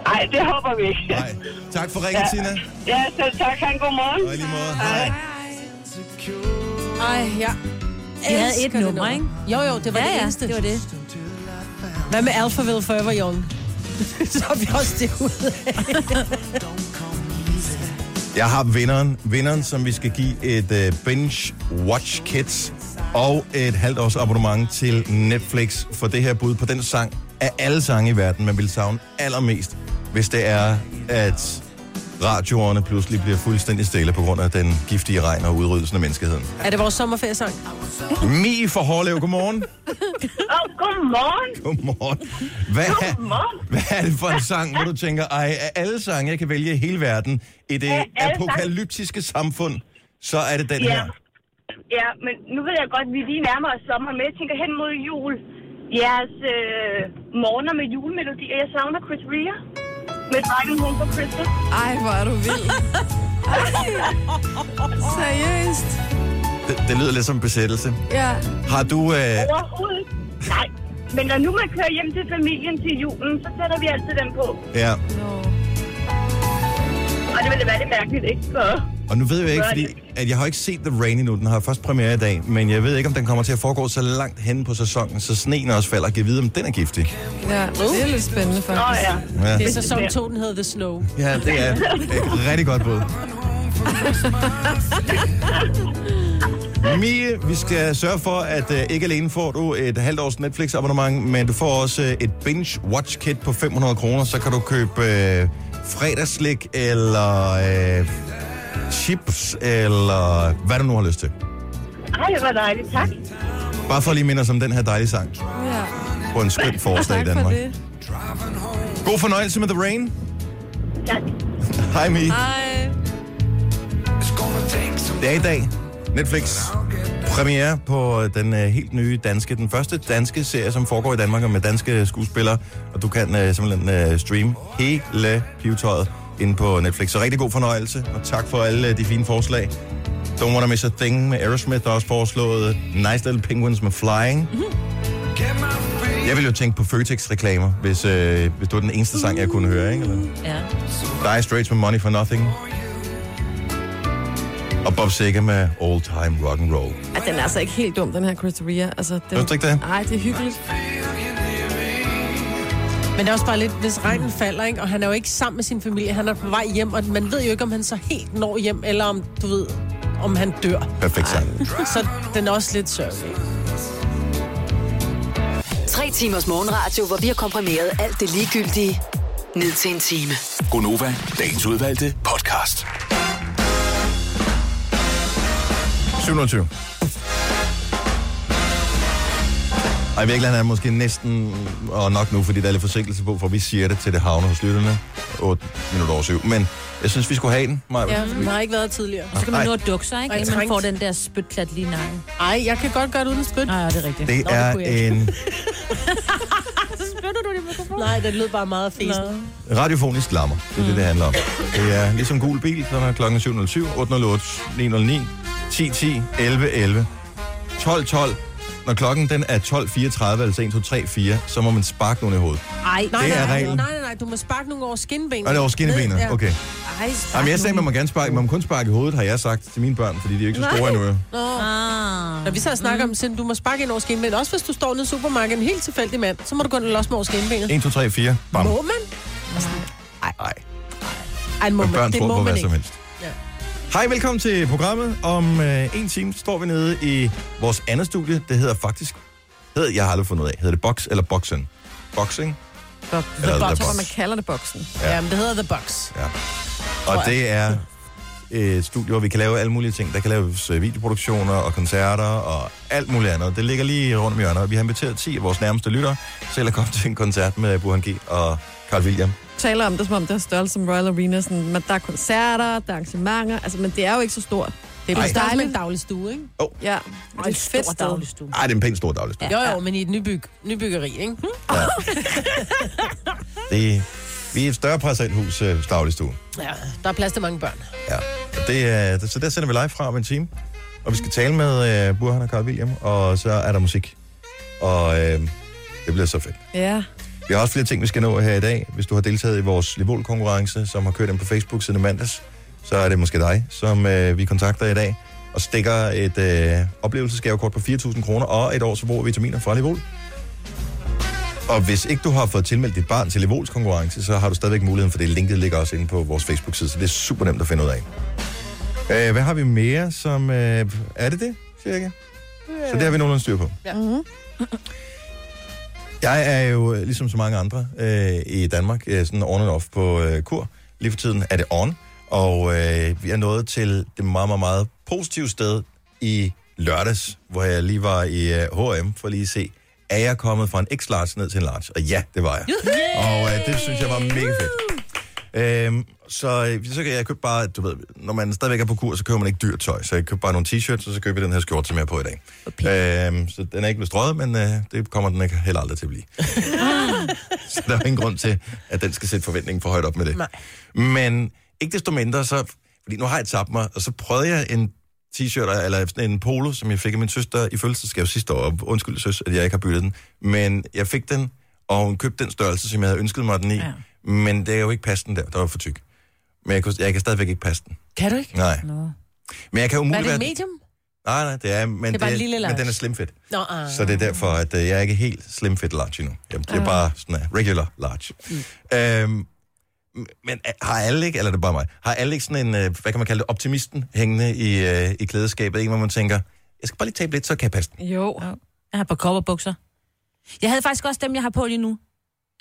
K: Nej, det håber vi ikke.
A: Nej. Tak for ringen,
K: ja.
A: Tina.
K: Ja, selv tak. Han god morgen.
A: Og i lige måde. Hej.
E: Ej, ja.
F: Vi havde et nummer, ikke?
E: Jo, jo, det var
F: Ja,
E: det
F: ja,
E: eneste.
F: det var det.
E: Hvad med Alphaville Forever Young? [LAUGHS] så er vi også det ude
A: Jeg har vinderen, vinderen, som vi skal give et øh, Binge Watch Kids og et halvt års abonnement til Netflix for det her bud på den sang af alle sange i verden, man vil savne allermest, hvis det er, at radioerne pludselig bliver fuldstændig stille på grund af den giftige regn og udryddelsen af menneskeheden.
E: Er det vores [LAUGHS] sommerferiesang?
A: Mi fra Hårlev, godmorgen.
K: Oh, godmorgen.
A: Godmorgen. Hvad,
K: Godmorgen.
A: hvad er det for en sang, hvor du tænker, ej, af alle sange, jeg kan vælge i hele verden, i det
L: Af alle
A: apokalyptiske samfund, så er det den
L: Ja.
A: her.
L: Ja, men nu ved jeg godt, at vi lige nærmer os sommer, men jeg tænker hen mod jul. Jeres øh, morgener med julemelodier. Jeg savner Chris Rea med Dragon Home for Christmas.
I: Ej, hvor er du
L: [LAUGHS]
I: vild. Seriøst?
A: Det, det lyder lidt som en besættelse.
I: Ja.
A: Har du... Øh,
L: Overhovedet. Nej. Men når nu man kører hjem til familien til julen, så sætter vi altid den på.
A: ja,
L: Og det ville være lidt mærkeligt, ikke? For...
A: og nu ved jeg ikke, fordi at jeg har ikke set The Rain endnu. Den har først premiere i dag, men jeg ved ikke, om den kommer til at foregå så langt hen på sæsonen, så sneen også falder. Giv vide, om den er giftig.
I: Ja, det er lidt spændende faktisk. Nå ja.
A: Ja.
E: Det er sæson 2, den hedder The [LAUGHS] Snow.
A: Ja, det er [LAUGHS] et rigtig godt bud. Mie, vi skal sørge for, at uh, ikke alene får du et halvt års Netflix-abonnement, men du får også øh, et Binge Watch Kit på 500 kroner, så kan du købe uh, fredagslik eller uh, chips, eller hvad du nu har lyst til.
L: Ej, det var dejligt. Tak.
A: Bare for at lige minde os om den her dejlige sang
L: Ja.
A: på en skøn forårsdag i Danmark.
L: det.
A: God fornøjelse med The Rain.
L: Tak.
A: Hej Mie.
I: Hej.
A: Det er i dag. Netflix premiere på den øh, helt nye danske, den første danske serie, som foregår i Danmark og med danske skuespillere. Og du kan øh, simpelthen øh, streame hele pivetøjet inde på Netflix. Så rigtig god fornøjelse, og tak for alle øh, de fine forslag. Don't Wanna Miss a Thing med Aerosmith, der er også foreslået Nice Little Penguins med Flying. Jeg ville jo tænke på Føtex-reklamer, hvis, øh, hvis det var den eneste sang, jeg kunne høre, ikke? Eller?
F: Ja.
A: Dire Straits med Money for Nothing. Og Bob Seger med All Time Rock and Roll.
I: Ej, den er altså ikke helt dum, den her Chris Rea. Altså, den...
A: Synes du ikke det?
I: Nej, det er hyggeligt.
E: Men det er også bare lidt, hvis regnen falder, ikke? og han er jo ikke sammen med sin familie, han er på vej hjem, og man ved jo ikke, om han så helt når hjem, eller om, du ved, om han dør.
A: Perfekt sang.
E: Så den er også lidt sørgelig.
G: Tre timers morgenradio, hvor vi har komprimeret alt det ligegyldige ned til en time.
H: Gonova, dagens udvalgte podcast.
A: 720. Og i virkeligheden er det måske næsten, og nok nu, fordi der er lidt forsinkelse på, for vi siger det til det havne hos lytterne. 8 minutter over 7. Men jeg synes, vi skulle have den, Maja.
E: Ja, den har ikke været tidligere.
A: Så kan man nå at
F: dukke sig, ikke? Inden man får den der spytklat lige i nakken.
E: Nej, jeg kan godt gøre det uden spyt.
F: Nej, det er rigtigt.
A: Det er
E: [LAUGHS]
A: en
E: Spytter du det mikrofon? Nej, den lød bare meget fesen.
A: radiofonisk lammer. Det er det, det handler om. Det er ligesom gul bil, som er klokken 707, 808, 909, 1010, 1111, 1212. Når klokken den er 12.34, altså 1, 2, 3, 4, så må man sparke nogen i hovedet.
E: Ej, nej,
A: Det er
E: nej, nej,
A: reglen.
E: nej, nej, nej, du må sparke nogle over skinbenet.
A: Og det er over skinnebenet,
E: Ja.
A: okay.
E: Ej, spark
A: Jamen, jeg sagde, man må
E: nogle
A: gerne sparke. Man må kun sparke i hovedet, har jeg sagt til mine børn, fordi de er ikke så store endnu. jo.
E: Nå. Når vi så og snakker om, at du må sparke ind over skinbenet, også hvis du står nede i supermarkedet, en helt tilfældig mand, så må du gå ind og losse med over skinbenet.
A: 1, 2, 3, 4. Bam.
E: Må man?
A: Nej.
E: Ej, må
A: Men
E: man.
A: børn
E: Det
A: tror
E: må
A: på
E: man
A: hvad
E: ikke.
A: som helst.
E: Ja.
A: Hej, velkommen til programmet. Om øh, en time står vi nede i vores andet studie. Det hedder faktisk... Hedder, jeg har aldrig fundet ud af. Hedder det Box eller Boxen? Boxing?
I: The,
A: Eller
I: the
A: The
I: box,
A: Box.
I: hvor man kalder det boksen.
A: Ja.
E: Jamen, det hedder The Box.
A: Ja. Og det er et studie, hvor vi kan lave alle mulige ting. Der kan laves øh, videoproduktioner og koncerter og alt muligt andet. Det ligger lige rundt om hjørnet. og Vi har inviteret 10 af vores nærmeste lyttere til at komme [LAUGHS] til en koncert med Burhan G. og Carl William.
I: Taler om det, som om det er størrelse som Royal Arena. Sådan, men der er koncerter, der er arrangementer, altså, men det er jo ikke så stort. Det er
E: Ej.
I: bare dejligt.
E: en daglig stue, ikke?
A: Oh.
I: Ja, men det er et fedt sted.
E: stue.
A: Ej, det er en pænt stor daglig
E: Ja. Jo, jo, men i et nybyg, nybyggeri, ikke? Hm?
A: Det, vi er et større parcelhus øh, Stavlestue.
E: Ja, der er plads til mange børn.
A: Ja. Og Det, er- det, så der sender vi live fra om en time. Og vi skal tale med øh, Burhan og Carl William, og så er der musik. Og øh, det bliver så fedt.
I: Ja.
A: Vi har også flere ting, vi skal nå her i dag. Hvis du har deltaget i vores Livol-konkurrence, som har kørt den på Facebook siden i mandags, så er det måske dig, som øh, vi kontakter i dag, og stikker et øh, oplevelsesgavekort på 4.000 kroner og et års forbrug af vitaminer fra Livol. Og hvis ikke du har fået tilmeldt dit barn til Livols konkurrence, så har du stadigvæk muligheden for det. Linket ligger også inde på vores Facebook-side, så det er super nemt at finde ud af. Øh, hvad har vi mere, som... Øh, er det det, cirka? Så det har vi nogenlunde styr på.
E: Ja.
B: Mhm.
E: Mm-hmm.
A: Jeg er jo, øh, ligesom så mange andre øh, i Danmark, øh, sådan on and off på øh, kur. Lige for tiden er det on, og øh, vi er nået til det meget, meget, meget positive sted i lørdags, hvor jeg lige var i øh, H&M for lige at se, er jeg kommet fra en X-large ned til en large? Og ja, det var jeg. Og øh, det synes jeg var mega fedt. Øhm, så, øh, så kan jeg købe bare, du ved, når man stadigvæk er på kur, så køber man ikke dyrt tøj. Så jeg købte bare nogle t-shirts, og så køber jeg den her skjorte, som jeg er på i dag. Øhm, så den er ikke blevet strøget, men øh, det kommer den ikke heller aldrig til at blive. [LAUGHS] så der er ingen grund til, at den skal sætte forventningen for højt op med det. Nej. Men ikke desto mindre, så, fordi nu har jeg tabt mig, og så prøvede jeg en t-shirt, eller sådan en polo, som jeg fik af min søster i fødselsdagsgave sidste år. Og Undskyld, søs, at jeg ikke har byttet den. Men jeg fik den, og hun købte den størrelse, som jeg havde ønsket mig den i. Ja. Men det er jo ikke passe den der, der var for tyk. Men jeg, kunne, jeg kan stadigvæk ikke passe den.
E: Kan du ikke?
A: Nej.
E: Nå.
A: Men jeg kan
E: Var
A: umuligt
E: det et
A: være-
E: medium?
A: Nej, nej, det er, men,
E: Det er bare en lille large.
A: men den er slimfit.
E: Nå, ah.
A: Så det er derfor, at øh, jeg er ikke helt slim fit large endnu. Jeg, jeg er
E: Ah.
A: bare sådan en regular large. Mm. Øhm, men øh, har alle ikke, eller er det bare mig, har alle ikke sådan en, øh, hvad kan man kalde det, optimisten hængende i, øh, i klædeskabet? En, hvor man tænker, jeg skal bare lige tabe lidt, så kan jeg passe den.
I: Jo.
F: Jeg har på kopperbukser. Jeg havde faktisk også dem, jeg har på lige nu.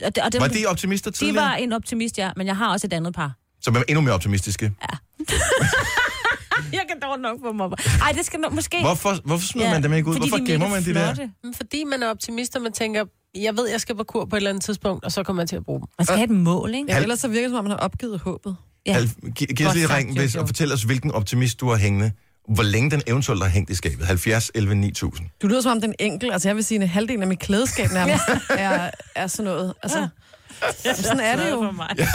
F: Og det, og
A: Var de optimister tidligere?
F: De var en optimist, ja, men jeg har også et andet [LAUGHS] par.
A: Så man er endnu mere optimistiske. Ja.
F: Ah, jeg kan dog nok få mig op. Ej, det skal
E: [LAUGHS]
F: nok måske...
A: Hvorfor, hvorfor smider ja, man dem ikke ud? Hvorfor gemmer man de der?
E: Mm, Fordi man er optimist, og man tænker, jeg ved, jeg skal på kur på et eller andet tidspunkt, og så kommer jeg til at bruge dem.
F: Man skal have et mål, ikke?
I: Ja, ellers så virker det, som om man har opgivet håbet.
A: Ja. Giv giv os lige et
I: Godt sagt,
A: ring hvis,
I: Jojo.
A: og fortæl os, hvilken optimist du har hængende. Hvor længe den eventuelt har hængt i skabet. 70, 11, 9000.
I: Du lyder som om den enkel, altså jeg vil sige, at halvdelen af mit klædeskab nærmest er, er sådan noget. Altså, sådan er det jo.
A: Ja,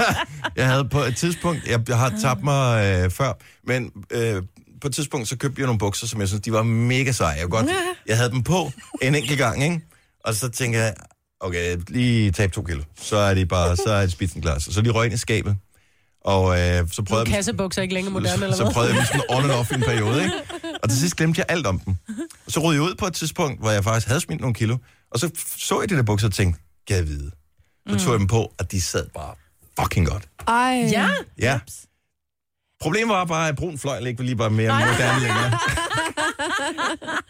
A: jeg havde på et tidspunkt, jeg, jeg har tabt mig øh, før, men øh, på et tidspunkt, så købte jeg nogle bukser, som jeg synes, de var mega seje. Jeg, kunne godt, jeg havde dem på en enkelt gang, ikke? Og så tænkte jeg, okay, lige tab to kilo. Så er det bare, så er det spidsenglas. Så de røg ind i skabet. Og øh, så prøvede
E: Nu er
A: jeg dem-
E: kassebukser ikke længere moderne, eller
A: så,
E: hvad?
A: så
E: [LAUGHS]
A: prøvede jeg dem sådan on and off i en periode, ikke? Og til sidst glemte jeg alt om dem. Og så rød jeg ud på et tidspunkt, hvor jeg faktisk havde smidt nogle kilo, og så f- så jeg de der bukser og tænkte, kan jeg vide? Så tog jeg dem på, og de sad bare fucking godt.
I: Ej.
E: Ja.
A: Ja. Problemet var bare, at brun fløjl ikke lige var mere moderne længere.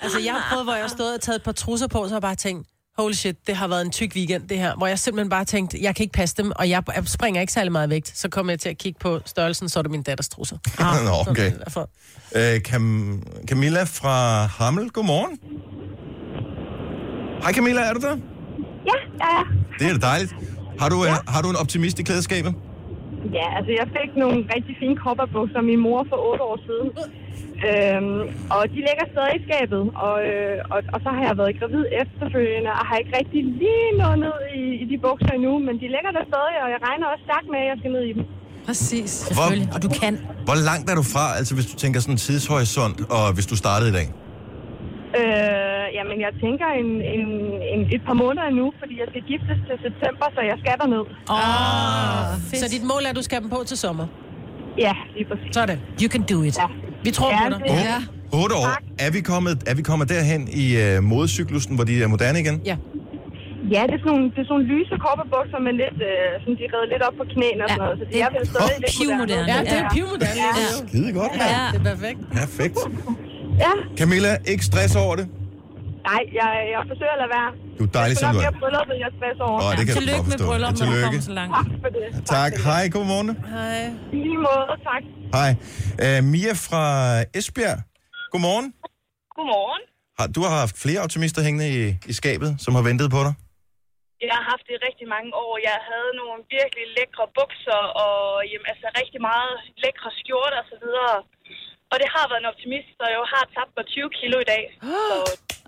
E: altså, jeg har prøvet, hvor jeg har stået og taget et par trusser på, så har jeg bare tænkt, holy shit, det har været en tyk weekend, det her. Hvor jeg simpelthen bare tænkte, jeg kan ikke passe dem, og jeg jeg springer ikke særlig meget i vægt. Så kommer jeg til at kigge på størrelsen, så er det min datters trusser.
A: [LAUGHS] Nå, okay.
E: Så derfor-
A: Øh, Cam- Camilla fra Hammel, godmorgen. Hej Camilla, er du der?
M: Ja, ja, ja.
A: Det er da dejligt. Har du, ja. har du en optimist i klædeskabet?
M: Ja, altså jeg fik nogle rigtig fine kopperbukser af min mor for otte år siden. Øhm, og de ligger stadig i skabet, og, øh, og, og så har jeg været gravid efterfølgende, og har ikke rigtig lige nået ned i, i de bukser endnu, men de ligger der stadig, og jeg regner også stærkt med, at jeg skal ned i dem.
I: Præcis.
A: Selvfølgelig,
F: og du kan.
A: Hvor langt er du fra, altså hvis du tænker sådan tidshorisont, og hvis du startede i dag?
M: Øh, jamen jeg tænker en, en, en, et par måneder endnu, fordi jeg skal giftes til september, så jeg skal derned.
E: Ah, så dit mål er, at du skal have dem på til sommer?
M: Ja, lige præcis.
E: Sådan.
F: You can do it. Ja. Vi tror
E: ja,
F: på dig.
E: det-
M: Ja.
A: 8 år. Er vi, kommet, er vi kommet derhen i øh, modecyklusen, hvor de er moderne igen?
E: Ja.
M: Ja, det er sådan nogle, det er sådan nogle lyse kopperbukser med lidt, øh, sådan de er reddet lidt op på knæene og sådan noget. Så det, jeg vil stadig
E: Åh,
M: lidt
E: pivmoderne. Ja, det er pivmoderne.
M: Ja.
A: Skide godt, mand.
M: Ja.
E: Det er perfekt.
A: Perfekt.
M: ja.
A: Camilla, ikke stress over det.
M: Nej, jeg, jeg forsøger at lade være.
A: Du er dejlig, som
M: jeg
A: du
M: er.
A: er.
M: Jeg brylluppet, jeg er 60 år.
A: Åh, det kan jeg godt forstå. Ja, tillykke.
M: langt. Tak for det.
A: Tak. Hej, godmorgen.
M: Hej. I lige måde, tak.
A: Hej. Uh, Mia fra Esbjerg. Godmorgen.
N: Godmorgen.
A: Har, du har haft flere optimister hængende i, i skabet, som har ventet på dig.
N: Jeg har haft det i rigtig mange år. Jeg havde nogle virkelig lækre bukser og jamen, altså rigtig meget lækre skjorter og så videre. Og det har været en optimist, og jeg har tabt mig 20 kilo i dag. Så...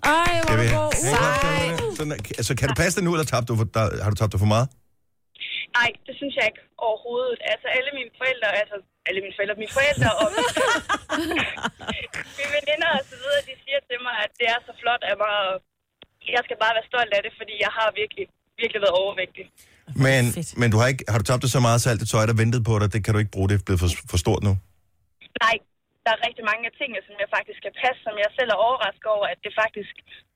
F: Ej,
A: Skal vi have- Sådan- Sådan, altså, kan du passe det nu, eller tabte du for, der, har du tabt dig for meget?
N: Nej, det synes jeg ikke overhovedet. Altså alle mine forældre, altså alle mine forældre, mine forældre og mine, mine veninder og så videre, de siger til mig, at det er så flot af mig, og jeg skal bare være stolt af det, fordi jeg har virkelig, virkelig været overvægtig.
A: Men, men du har, ikke, har du tabt det så meget, så alt det tøj, der ventede på dig, det kan du ikke bruge. Det er blevet for, for stort nu.
N: Nej, der er rigtig mange af tingene, som jeg faktisk skal passe, som jeg selv er overrasket over, at det faktisk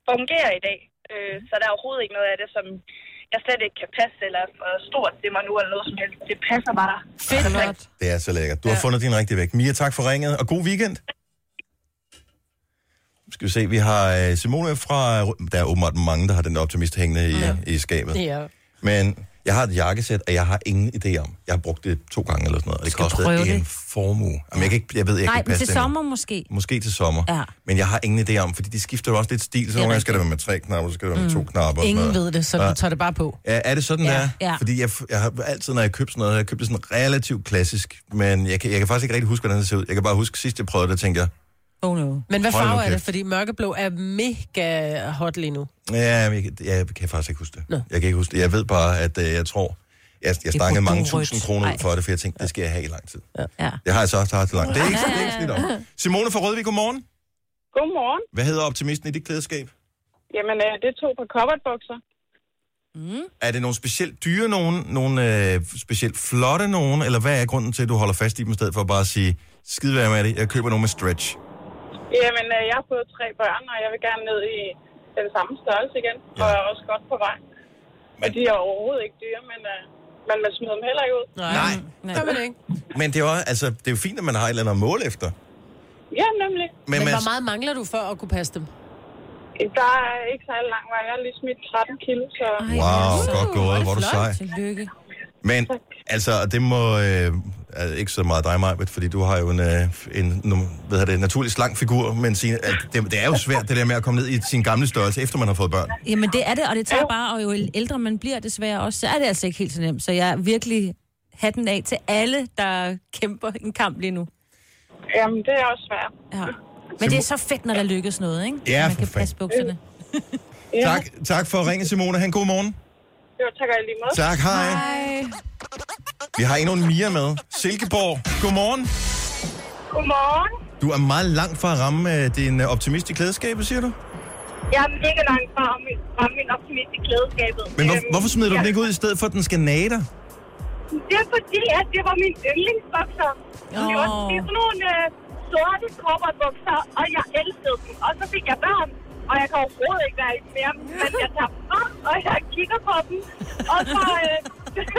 N: fungerer i dag. Øh, så der er overhovedet ikke noget af det, som jeg slet ikke kan passe, eller er for stort til mig nu, eller noget som helst. Det passer bare. Fedt.
A: Det er så lækkert. Du har fundet din rigtige vægt. Mia, tak for ringet, og god weekend. Nu Skal vi se, vi har øh, Simone fra... Der er åbenbart mange, der har den der optimist hængende i, ja. i skabet.
E: Ja.
A: Men jeg har et jakkesæt, og jeg har ingen idé om. Jeg har brugt det to gange eller sådan noget, og det kostede
F: prøve
A: en
F: det.
A: formue. Jamen, jeg, kan ikke, jeg ved, jeg
F: Nej,
A: kan ikke
F: men
A: passe
F: til
A: det endnu.
F: sommer måske.
A: Måske til sommer.
F: Ja.
A: Men jeg har ingen idé om, fordi de skifter jo også lidt stil. Så nogle gange skal det være med tre knapper, så skal det være med to knapper. og sådan
E: Mm. Ingen
A: noget.
E: ved det, så
A: Ja.
E: du tager det bare på.
A: Ja, er det sådan,
E: Ja.
A: ja. der?
E: Ja.
A: Fordi jeg, jeg har altid, når jeg køber sådan noget, jeg købte sådan relativt klassisk, men jeg kan, jeg kan faktisk ikke rigtig huske, hvordan det ser ud. Jeg kan bare huske, sidst jeg prøvede det, tænkte jeg,
F: Oh no.
E: Men hvad
A: Hold nu
E: farve er det?
A: kæft.
E: Fordi mørkeblå er mega hot lige nu.
A: ja, men jeg, kan- jeg kan faktisk ikke huske det. Jeg kan ikke huske det. Jeg ved bare, at øh, jeg tror, jeg, jeg stakkede mange
E: bordeaux-rødt.
A: tusind kroner ud
E: Ej.
A: for det, for jeg tænkte, det skal jeg have i lang tid.
F: Ja.
A: Det har jeg så også haft i lang tid. Det er ikke,
N: Ja,
A: det er ikke
N: ja,
A: snidt
N: ja.
A: om. Simone fra Rødvig, godmorgen.
N: Godmorgen.
A: Hvad hedder optimisten i dit klædeskab?
N: Jamen, øh, det er to par kobbertbukser. Mm.
A: Er det nogle specielt dyre nogen, nogle øh, specielt flotte nogen, eller hvad er grunden til, at du holder fast i dem, i stedet for bare at sige, skide være med det, jeg køber nogle med stretch?
N: Jamen, øh, jeg har fået tre børn, og jeg vil gerne ned i den samme størrelse igen, ja. og jeg er også godt på vej. Og de er overhovedet ikke dyre, men, øh, men man smider dem heller ikke ud.
A: Nej.
E: Nej. Gør man ikke.
A: Men det er, jo, altså, det er jo fint, at man har et eller andet at måle efter.
N: Ja, nemlig.
E: Men,
A: man-
E: Men hvor meget mangler du for at kunne passe dem?
N: Der er ikke særlig lang vej. Jeg har lige smidt 13 kilo, så...
A: Wow, godt gået. Hvor er du sej.
F: Tillykke.
A: Men altså, og det må... Øh, altså, ikke så meget dig, Majbet, fordi du har jo en, øh, en nu, hvad hedder det, naturlig slank figur, men sin, at det, det, er jo svært, det der med at komme ned i sin gamle størrelse, efter man har fået børn.
F: Jamen det er det, og det tager bare, og jo ældre man bliver desværre også, så er det altså ikke helt så nemt. Så jeg er virkelig hatten af til alle, der kæmper en kamp lige nu.
N: Jamen, det er også svært.
F: Ja. Men det er så fedt, når der lykkes noget, ikke?
A: Ja,
F: man
A: for
F: kan
A: fanden.
F: passe bukserne.
A: Ja. Tak, tak for at ringe, Simone. Han god morgen.
N: Jo, tak og i lige måde.
A: Tak, hej. Vi har endnu en Mia med. Silkeborg, godmorgen.
N: Godmorgen.
A: Du er meget langt fra at ramme øh, din øh, optimist i klædeskabet, siger du?
N: Jeg er mega langt fra om min, fra min optimist i klædeskabet.
A: Men hvor,
N: Øhm,
A: hvorfor smider du
N: ja.
A: den ikke ud, i stedet for, at den skal nage dig?
N: Det er fordi, at det var min yndlingsbukser. Oh. Det var
F: Åh.
N: det er sådan nogle øh, sorte kobberbukser, og jeg elskede dem. Og så fik jeg børn, og jeg kan overhovedet ikke være i dem mere. Men jeg tager dem frem, og jeg kigger på dem. Og så, øh,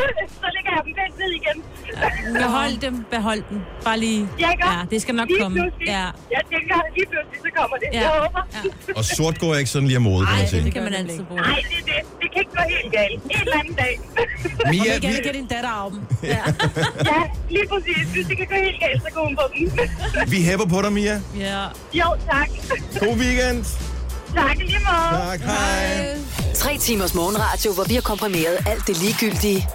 N: [LAUGHS] så lægger jeg dem pænt ned igen. [LAUGHS]
F: Behold dem, behold dem. Bare lige.
N: Ja, ikke?
F: Ja, det skal nok
N: lige
F: komme.
N: Pludselig,
F: Ja.
N: Jeg tænker, lige pludselig, så kommer det.
F: Ja.
N: Ja. Jeg håber. Ja.
A: Og sort går ikke sådan lige af mode, kan man sige.
F: kan man altid bruge.
N: Nej, det er det. Det kan ikke gå helt galt. En eller anden dag.
A: Mia, Om ikke vi- andet
E: kan din datter
A: [LAUGHS]
E: af dem.
N: Ja. ja, lige præcis. Hvis det kan gå helt galt, så går hun på dem.
A: Vi hæpper på dig, Mia.
F: Ja.
N: Jo, tak.
A: God weekend.
N: Tak i lige måde.
A: Tak, hej.
G: Tre timers morgenradio, hvor vi har komprimeret alt det ligegyldige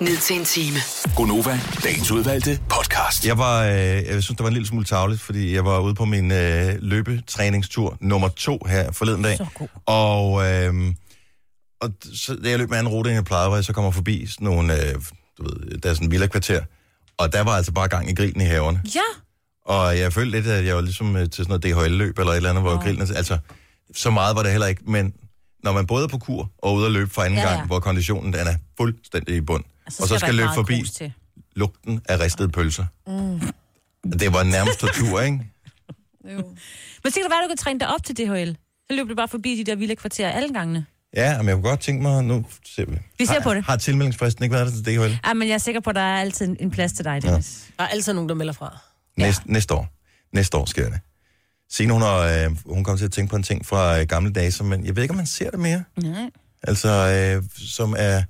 G: ned til en time.
A: Gonova, dagens udvalgte podcast. Jeg var, øh, jeg synes, det var en lille smule tavligt, fordi jeg var ude på min øh, løbetræningstur nummer to her forleden dag.
O: Så
A: god. Og, øh, og så, da jeg løb med anden rute, end jeg plejede, var jeg så kommer forbi sådan nogle, øh, du ved, der er sådan en villa-kvarter. Og der var altså bare gang i grillen i haverne.
F: Ja.
A: Og jeg følte lidt, at jeg var ligesom øh, til sådan noget DHL-løb eller et eller andet, hvor grillen... er- Altså, så meget var det heller ikke, men når man både er på kur og ude at løbe for anden
F: Ja,
A: ja,
F: ja.
A: ja. gang, hvor konditionen den er fuldstændig i bund, altså, og så skal løbe forbi
F: Til.
A: lugten af ristede pølser.
F: Mm.
A: Det var nærmest tortur, ikke?
F: [LAUGHS] Men så kan det være, at du kan træne dig op til DHL. Så løb du bare forbi de der vilde kvarterer alle gangene.
A: [LAUGHS] Ja, men jeg kunne godt tænke mig, nu ser vi.
F: Vi ser
A: har,
F: på det.
A: Har tilmeldingsfristen ikke været der til DHL?
F: Ej, Ah, men jeg er sikker på, at der er altid en- en plads til dig, Dennis.
E: Der er altid nogen, der melder fra.
A: Næste, ja. næste år. Næste år sker det. Signe, hun, har, øh, hun kom til at tænke på en ting fra øh, gamle dage, som man, jeg ved ikke, om man ser det mere.
F: Nej.
A: Altså, øh, som er...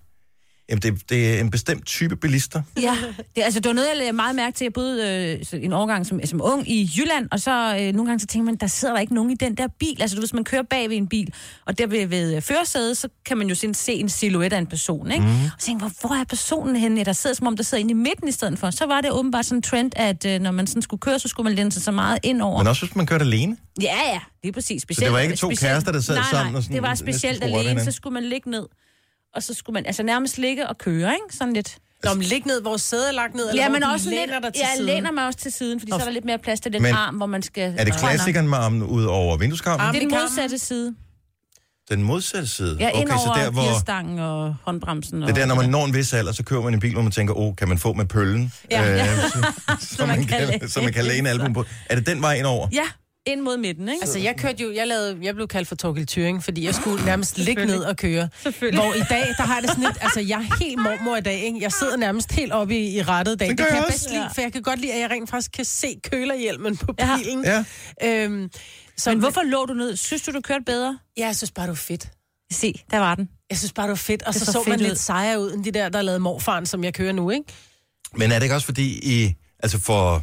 A: Jamen, det, det er en bestemt type bilister.
F: Ja, det, altså, det var noget, jeg lagde meget mærke til. Jeg boede øh, så en årgang som, som ung i Jylland, og så øh, nogle gange så tænker man, der sidder der ikke nogen i den der bil. Altså, du, ved, hvis man kører bag ved en bil, og der ved, ved øh, førersædet, så kan man jo sådan se en silhuet af en person, ikke?
O: Mhm.
F: Mm. Og så tænker man, hvor, hvor er personen henne? Ja, Der sidder som om, der sidder inde i midten i stedet for. Så var det åbenbart sådan en trend, at øh, når man sådan skulle køre, så skulle man læne sig så meget ind over.
A: Men også, hvis man kører det alene.
F: Ja, ja, det er præcis. Specielt,
A: var ikke to kærester, der sad
F: nej,
A: sammen
F: Nej,
A: og sådan
F: det var
A: næsten
F: specielt
A: skulle røre
F: alene,
A: hinanden?
F: så skulle man ligge ned. Og så skulle man altså nærmest ligge og køre, ikke? Sådan lidt.
E: Nå, men ligge ned, hvor sædet er lagt ned, eller
F: ja,
E: hvor
F: men
E: du
F: også
E: læner
F: lidt,
E: dig til
F: ja,
E: siden?
F: læner mig også til siden, fordi
A: Og-
F: så er der lidt mere plads til den
A: Men-
F: arm, hvor man skal...
A: Er det
F: Tror jeg nok.
A: klassikeren med armen ud over vindueskarmen?
F: Det er den modsatte side.
A: Den modsatte side?
F: Ja, ind
A: okay, så
F: over
A: der, hvor,
F: gearstangen og håndbremsen. Og
A: det er der, når man når en vis alder, så kører man en bil, hvor man tænker, åh, oh, kan man få med pøllen? Øh,
F: Ja, ja.
E: [LAUGHS]
A: så, man kan, så man kan læne albuen på. Er det den vej ind over?
F: Ja, ind mod midten, ikke?
E: Altså, jeg kørte jo, jeg, lavede, jeg blev kaldt for Torgild Thyring, fordi jeg skulle nærmest ligge ned og køre.
F: Selvfølgelig.
E: Hvor i dag, der har jeg det sådan lidt, altså, jeg er helt mormor i dag, ikke? Jeg sidder nærmest helt oppe i, i rettet i dag.
F: Det
E: Det,
F: gør
E: det
F: jeg
E: kan jeg
F: også.
E: bedst lide, for jeg kan godt lide, at jeg rent faktisk kan se kølerhjelmen på
F: Ja.
E: bilen.
F: Ja.
E: Øhm, så,
F: Men hvorfor lå du ned? Synes du, du kørte bedre?
E: Ja, jeg synes bare, det var fedt.
F: Se, der var den.
E: Jeg synes bare, det var fedt, og
F: Det
E: så
F: så
E: så, man
F: fedt ud.
E: lidt sejere ud, end de der, der lavede morfaren, som jeg kører nu, ikke?
A: Men er det ikke også fordi, i, altså for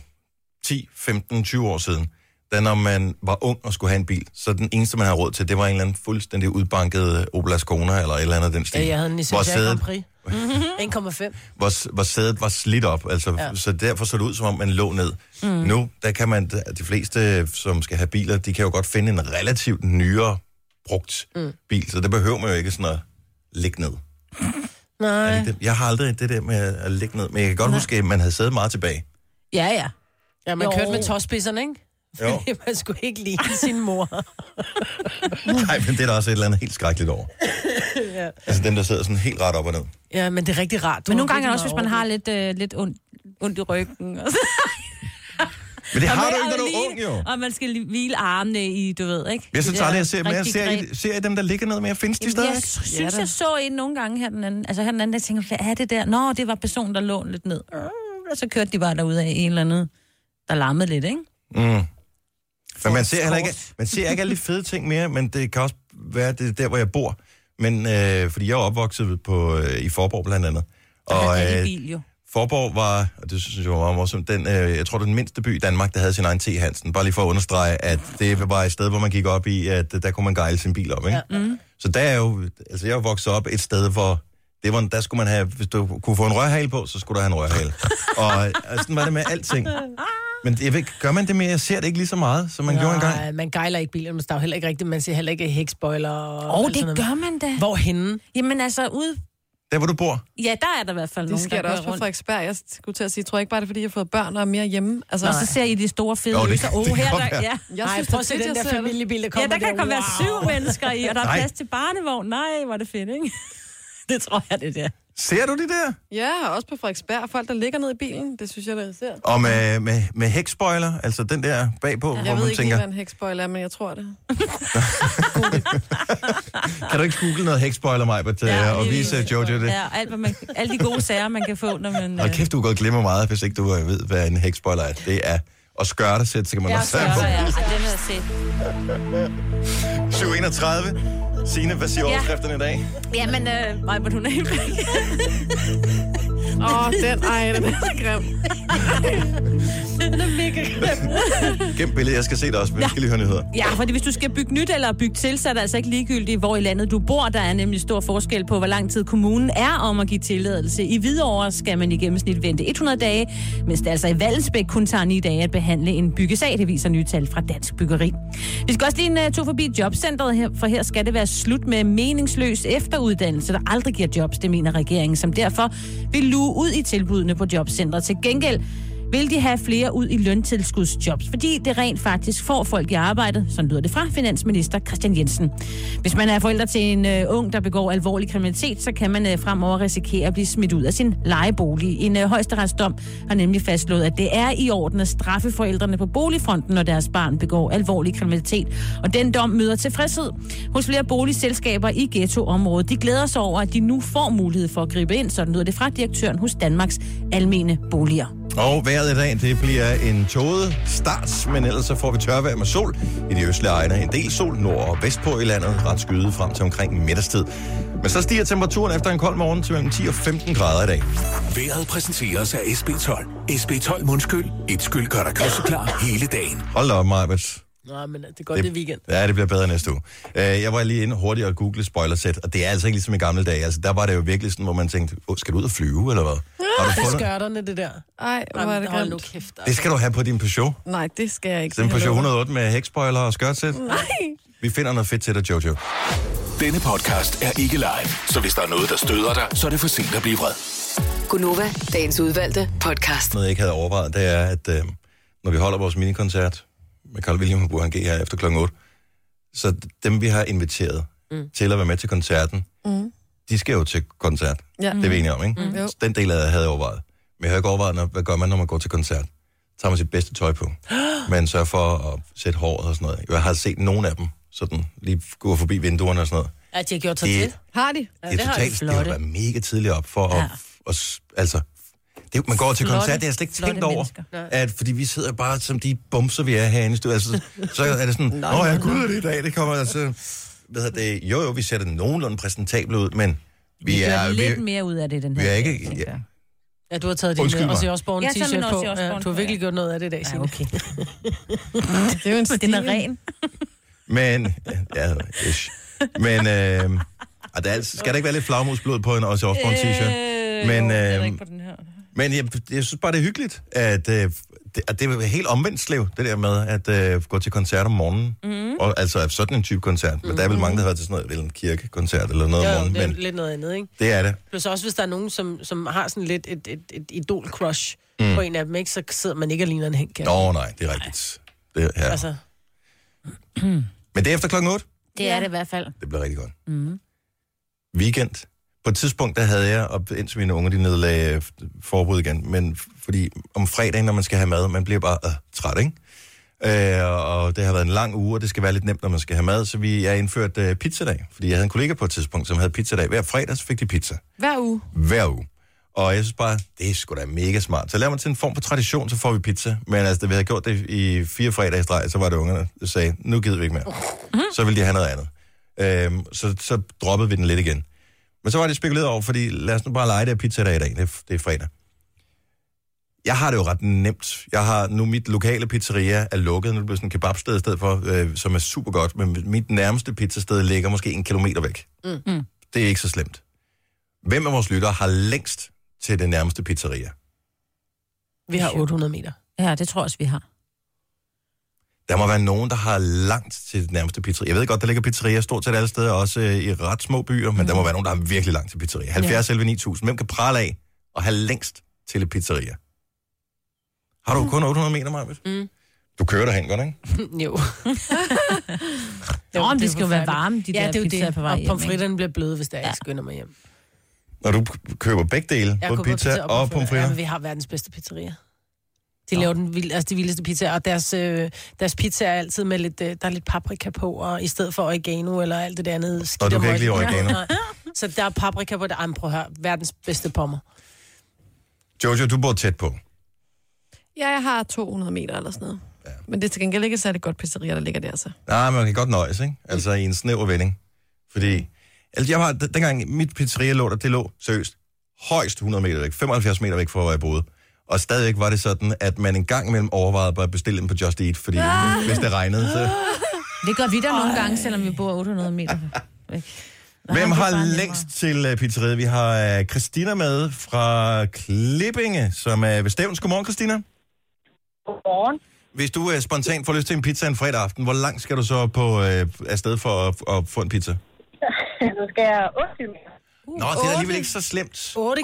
A: 10, 15, 20 år siden, da når man var ung og skulle have en bil, så den eneste, man havde råd til, det var en eller anden fuldstændig udbanket øh, Opel Ascona eller et eller andet af den stil.
E: Ja, Øh, jeg havde en Nissan
A: hvor,
E: Jack
A: sædet,
E: Grand Prix. 1,5.
A: hvor, s- hvor sædet var slidt op, altså,
E: Ja.
A: ja. så derfor så det ud, som om man lå ned.
E: Mm.
A: Mm. Nu, der kan man, de fleste, øh, som skal have biler, de kan jo godt finde en relativt nyere brugt
E: Mm.
A: mm. bil, så der behøver man jo ikke sådan at ligge ned.
E: Nej.
A: Det- Jeg har aldrig det der med at ligge ned, men jeg kan godt huske, at man havde siddet meget
F: [LAUGHS]
A: tilbage.
F: Ja, ja.
E: Ja, man
F: Jo.
E: jo. kørte med tåspidserne, ikke?
A: Jo.
E: Fordi [LAUGHS] man skulle ikke ligne sin
F: [LAUGHS]
E: mor.
A: Nej, men det er der også et eller andet helt skrækkeligt over.
E: ja.
A: Altså dem, der sidder sådan helt ret op og ned.
E: ja, men det er rigtig rart.
F: Men nogle gange er det også, hvis man har lidt, øh, lidt ondt, ondt i ryggen. Og så.
A: Men det
F: Og
A: har
F: man
A: du
F: er
A: ikke, når du er
F: lige-
A: ung,
F: [LAUGHS]
A: jo.
F: Og man skal lige hvile armene i, du ved, ikke?
A: Jeg synes aldrig, jeg ser, men jeg
F: Rigtig
A: ser,
F: greb.
A: I, ser I dem, der ligger ned med? Findes de
F: Jamen,
A: stadig?
F: Jeg synes, jeg så en nogle gange her den anden. Altså her den anden, jeg tænker, hvad er det der? Nå, det var personen, der lå lidt ned. Øh, Og så kørte de bare derude af en eller anden, der larmede lidt, ikke?
A: Mm. Men man ser heller ikke, man ser ikke alle de fede ting mere, men det kan også være, det er der, hvor jeg bor. Men, øh, fordi jeg er opvokset på, øh, i Forborg blandt andet. Og
F: Øh,
A: øh,
F: bil, jo.
A: Forborg var, og det synes jeg var meget morsomt, den, øh, jeg tror, det var den mindste by i Danmark, der havde sin egen T-Hansen. Bare lige for at understrege, at det var et sted, hvor man gik op i, at øh, der kunne man gejle sin bil op. Ikke? Ja.
F: Mm.
A: Så der er jo, altså jeg er jo vokset op et sted, hvor det var, der skulle man have, hvis du kunne få en rørhale på, så skulle du have en rørhale. og, og sådan var det med alting.
F: Ah.
A: Men jeg ved, ikke, gør man det mere? Jeg ser det ikke lige så meget, som man Nej. gjorde engang.
E: Nej, Ah, man gejler ikke bilen, men der er jo heller ikke rigtigt, man ser heller ikke hækspoiler.
F: Åh, oh, det gør man da.
E: Hvorhenne? [LAUGHS]
F: Jamen altså, ude...
A: Der, hvor du bor.
F: Ja, der er der i hvert fald
I: Det
F: nogen,
I: sker
F: der
I: der også
F: kører
I: på
F: rundt.
I: Frederiksberg. Jeg skulle til at sige, tror jeg ikke bare, det er, fordi jeg har fået børn og er mere hjemme. Altså,
F: Og så ser I de store fede
I: Jo, det-
F: øser. Åh,
I: det
F: her
I: kan
F: der...
I: være.
F: Ja.
I: Jeg synes, det er fedt, jeg ser det.
F: Ja, der kan komme være syv mennesker i, og der er
A: Nej.
F: plads til barnevogn. Nej, hvor er det fedt, ikke? det tror jeg, det der.
A: Ser du det der?
I: Ja, og også på Frederiksberg. Folk, der ligger ned i bilen, det synes jeg, der ser.
A: Og med, med, med hækspoiler, altså den der bagpå, ja, hvor
I: Jeg ved
A: man
I: ikke tænker...
A: tænker,
I: hvad en hækspoiler er, men jeg tror det.
A: kan du ikke google noget hækspoiler, Majbert, ja, og vise øh, Jojo det?
F: Ja, og alt, hvad man, alle de gode sager, man kan få, når man...
A: Hold kæft, du kan godt glemme meget, hvis ikke du øh, ved, hvad en hækspoiler er. Det er og skørte sæt, så kan man
F: Ja,
A: også
F: så
A: [LAUGHS]
F: er der, ja.
A: på.
F: Ej, den har jeg set.
A: 731. Signe, hvad siger
F: Ja.
A: overskrifterne i dag?
F: Jamen, øh, Maja, hun er helt væk.
I: Åh, den, ej, den er så
F: [LAUGHS]
I: grim.
F: den er mega grim.
A: Gem billedet, jeg skal se det også, men vi skal lige høre nyheder.
F: Ja, fordi hvis du skal bygge nyt eller bygge til, så er det altså ikke ligegyldigt, hvor i landet du bor. Der er nemlig stor forskel på, hvor lang tid kommunen er om at give tilladelse. I Hvidovre skal man i gennemsnit vente 100 dage, mens det altså i Vallensbæk kun tager 9 dage at behandle en byggesag. Det viser nye tal fra Dansk Byggeri. Vi skal også lige en øh, tur forbi jobcentret, her, for her skal det være slut med meningsløs efteruddannelse, der aldrig giver jobs, det mener regeringen, som derfor vil luge ud i tilbudene på jobcentret. Til gengæld vil de have flere ud i løntilskudsjobs, fordi det rent faktisk får folk i arbejde, sådan lyder det fra finansminister Christian Jensen. Hvis man er forældre til en øh, ung, der begår alvorlig kriminalitet, så kan man øh, fremover risikere at blive smidt ud af sin lejebolig. En øh, højesteretsdom har nemlig fastslået, at det er i orden at straffe forældrene på boligfronten, når deres barn begår alvorlig kriminalitet. Og den dom møder tilfredshed hos flere boligselskaber i ghettoområdet. De glæder sig over, at de nu får mulighed for at gribe ind, sådan lyder det fra direktøren hos Danmarks Almene Boliger.
A: Og vejret i dag, det bliver en tåget start, men ellers så får vi tørvejr med sol i de østlige egne. En del sol nord og vestpå i landet, ret skyde frem til omkring middagstid. Men så stiger temperaturen efter en kold morgen til mellem 10 og 15 grader i dag.
H: Været præsenteres af SB12. SB12 mundskyld. Et skyld gør dig klar hele dagen.
A: Hold da op, Majbets.
E: Nå, men øh, det er godt, det, er weekend.
A: Ja, det bliver bedre næste uge. Øh, Jeg var lige inde hurtigt og google spoilersæt, og det er altså ikke ligesom i gamle dage. Altså, der var det jo virkelig sådan, hvor man tænkte, "Åh, skal du ud og flyve, eller hvad? Har du
E: Det er
A: fundet?
E: skørterne, det der.
I: Ej, hvor er det
E: Hold nu
I: grimt.
E: kæft.
A: Det skal du have på din Peugeot.
I: Nej, det skal jeg ikke. Mm.
A: Den Peugeot
I: Hallo.
A: 108 med hækspoiler og skørtsæt.
I: Nej.
A: Vi finder noget fedt til dig, Jojo.
H: Denne podcast er ikke live, så hvis der er noget, der støder dig, så er det for sent at blive vred.
G: Gunova, dagens udvalgte podcast.
A: Noget, jeg ikke havde overvejet, det er, at øh, når vi holder vores minikoncert med Carl William og Burhan G her efter klokken 8, så dem, vi har inviteret mm. til at være med til koncerten,
I: Mm.
A: de skal jo til koncert.
I: Ja.
A: Det er vi enige om, ikke?
I: Mm. Jo.
A: Så den del af det havde jeg overvejet. Men jeg har ikke overvejet, når, hvad gør man, når man går til koncert? Tager man sit bedste tøj på. Man sørger for at sætte håret og sådan noget. Jeg har set nogle af dem, sådan lige gå forbi vinduerne og sådan noget.
E: At de har gjort sig
A: Det-
E: til.
I: Har de?
A: Ja, det, er totalt, det har været mega tidligt op for ja. at, at, s- altså, det, man går til
E: Flotte-
A: koncert, det har jeg slet ikke
E: flotte
A: tænkt over,
E: mennesker. Nej.
A: at, fordi vi sidder bare som de bumser, vi er herinde i studiet. Altså, så er det sådan, nå ja, gud er det i dag, det kommer altså... Ved jeg det, jo, jo, vi ser det nogenlunde præsentabelt ud, men vi,
F: Vi
A: er,
F: gør lidt
A: vi,
F: mere ud af det, den
A: vi
F: her.
A: er ikke... Ja.
E: Ja, du har taget din
A: Undskyld
E: Undskyld
A: mig.
E: Ozzy Osbourne
F: Ja,
E: ja,
F: så er min
E: t-shirt på.
F: Ozzy
E: Ja,
F: Osbourne
E: du har
F: på,
E: virkelig gjort noget af [LAUGHS] det i dag, Signe. Ja, okay.
I: det er jo en stil.
F: Den er ren.
A: Men, ja, ish. Men, øh, og der er, altså- skal der ikke være lidt flagmusblod på en også Osborne
E: Øh,
A: t-shirt? Men, øh, men jeg, jeg synes bare, det er hyggeligt, at øh, det, at det er helt omvendt slev, det der med at øh, gå til koncert om morgenen.
E: Mhm.
A: Mm. Og, altså sådan en type koncert. Men der er vel mange, der hører til sådan noget, vel en kirkekoncert eller noget om
E: Jo,
A: morgenen.
E: det er
A: Men
E: lidt noget andet, ikke?
A: det er det.
E: Plus også, hvis der er nogen, som, som har sådan lidt et, et, et idol-crush
A: Mm.
E: mm. på en af dem, ikke? så sidder man ikke og ligner en hænk.
A: Nå nej, det er rigtigt. Det, er- ja.
E: Altså,
A: Men det er efter klokken 8.
F: Det er det i hvert fald.
A: Det bliver rigtig godt.
F: Mm.
A: Weekend. På et tidspunkt, der havde jeg, op, indtil mine unger, de nedlagde øh, forbud igen, men f- fordi om fredagen, når man skal have mad, man bliver bare øh, træt, ikke? Øh, og det har været en lang uge, og det skal være lidt nemt, når man skal have mad, så vi jeg indførte øh, pizzadag, fordi jeg havde en kollega på et tidspunkt, som havde pizzadag. Hver fredag, så fik de pizza.
I: Hver uge.
A: Hver uge. Og jeg synes bare, det er sgu da mega smart. Så laver man til en form for tradition, så får vi pizza. Men altså, da vi havde gjort det i fire fredage i streg, så var det ungerne, der sagde, nu gider vi ikke mere.
D: Mm.
A: Så ville de have noget andet. Øhm, så, så droppede vi den lidt igen. Men så var det spekuleret over, fordi lad os nu bare lege det af pizza dag i dag. Det, er- det er fredag. Jeg har det jo ret nemt. Jeg har nu mit lokale pizzeria er lukket. Nu er det blevet sådan et kebabsted i stedet for, øh, som er super godt. Men mit nærmeste pizzasted ligger måske en kilometer væk.
F: Mm.
A: Det er ikke så slemt. Hvem af vores lyttere har længst til det nærmeste pizzeria?
E: vi har 800 meter.
F: Ja, det tror jeg også, vi
E: [LAUGHS]
F: [LAUGHS] har.
A: Der må være nogen, der har langt til det nærmeste pizzeria. Jeg ved godt, der ligger pizzerier stort set alle steder, også øh, i ret små byer, men mm. der må være nogen, der har virkelig langt til pizzeria. 70 ja. 11 9000. Hvem kan prale af og have længst til et pizzeria? Har du kun 800 meter, Marvitt?
E: Mm.
A: Du kører derhen, godt, ikke?
E: jo.
F: Nå, men de skal jo være varme, de
E: ja,
F: der
E: det er jo
F: pizzaer
E: det.
F: på vej
E: Og
F: hjem,
E: pomfritterne bliver bløde, hvis der ja. ikke skynder mig hjem.
A: Når du p- køber begge dele,
E: Jeg
A: både
E: kunne godt
A: pizza og
E: Ja,
A: pomfritter.
E: men vi har verdens bedste pizzeria. De laver den vild, altså de vildeste pizzaer, og deres, øh, deres pizza er altid med lidt, øh, der er lidt paprika på, og i stedet for oregano eller alt det der andet skidt.
A: du
E: og
A: kan ikke lide
E: møg.
A: oregano.
E: Nej. Så der er paprika på det. Ej, men prøv at høre, verdens bedste pommer.
A: Jojo, du bor tæt på.
I: Ja, jeg har 200 meter eller sådan noget. Ja. Men det er til gengæld ikke et særligt godt pizzeria, der ligger der [LAUGHS] så.
A: Nej, man kan godt nøjes, ikke? Altså i en snæver vending. Fordi, altså jeg var, d- dengang mit pizzeria lå der, det lå seriøst højst 100 meter væk, 75 meter væk fra, hvor jeg boede. Og stadigvæk var det sådan, at man en gang imellem overvejede bare at bestille dem på Just Eat,
F: [LAUGHS]
A: fordi ah. hvis det regnede, så...
F: Det gør vi da nogle gange, selvom vi bor 800
E: [LAUGHS]
F: meter. væk. Nå,
A: Hvem
F: det er bare
A: har
F: nemmere.
A: længst til uh, pizzeriet? Vi har uh, Christina med fra Klippinge, som er ved Stævns. Godmorgen, Christina.
O: Godmorgen.
A: Hvis du uh, spontant får lyst til en pizza en fredag aften, hvor langt øh, skal du så på uh, afsted for at, at få en pizza?
O: så skal jeg 8 km.
A: Nå, det er da alligevel ikke så slemt.
P: Nej, det,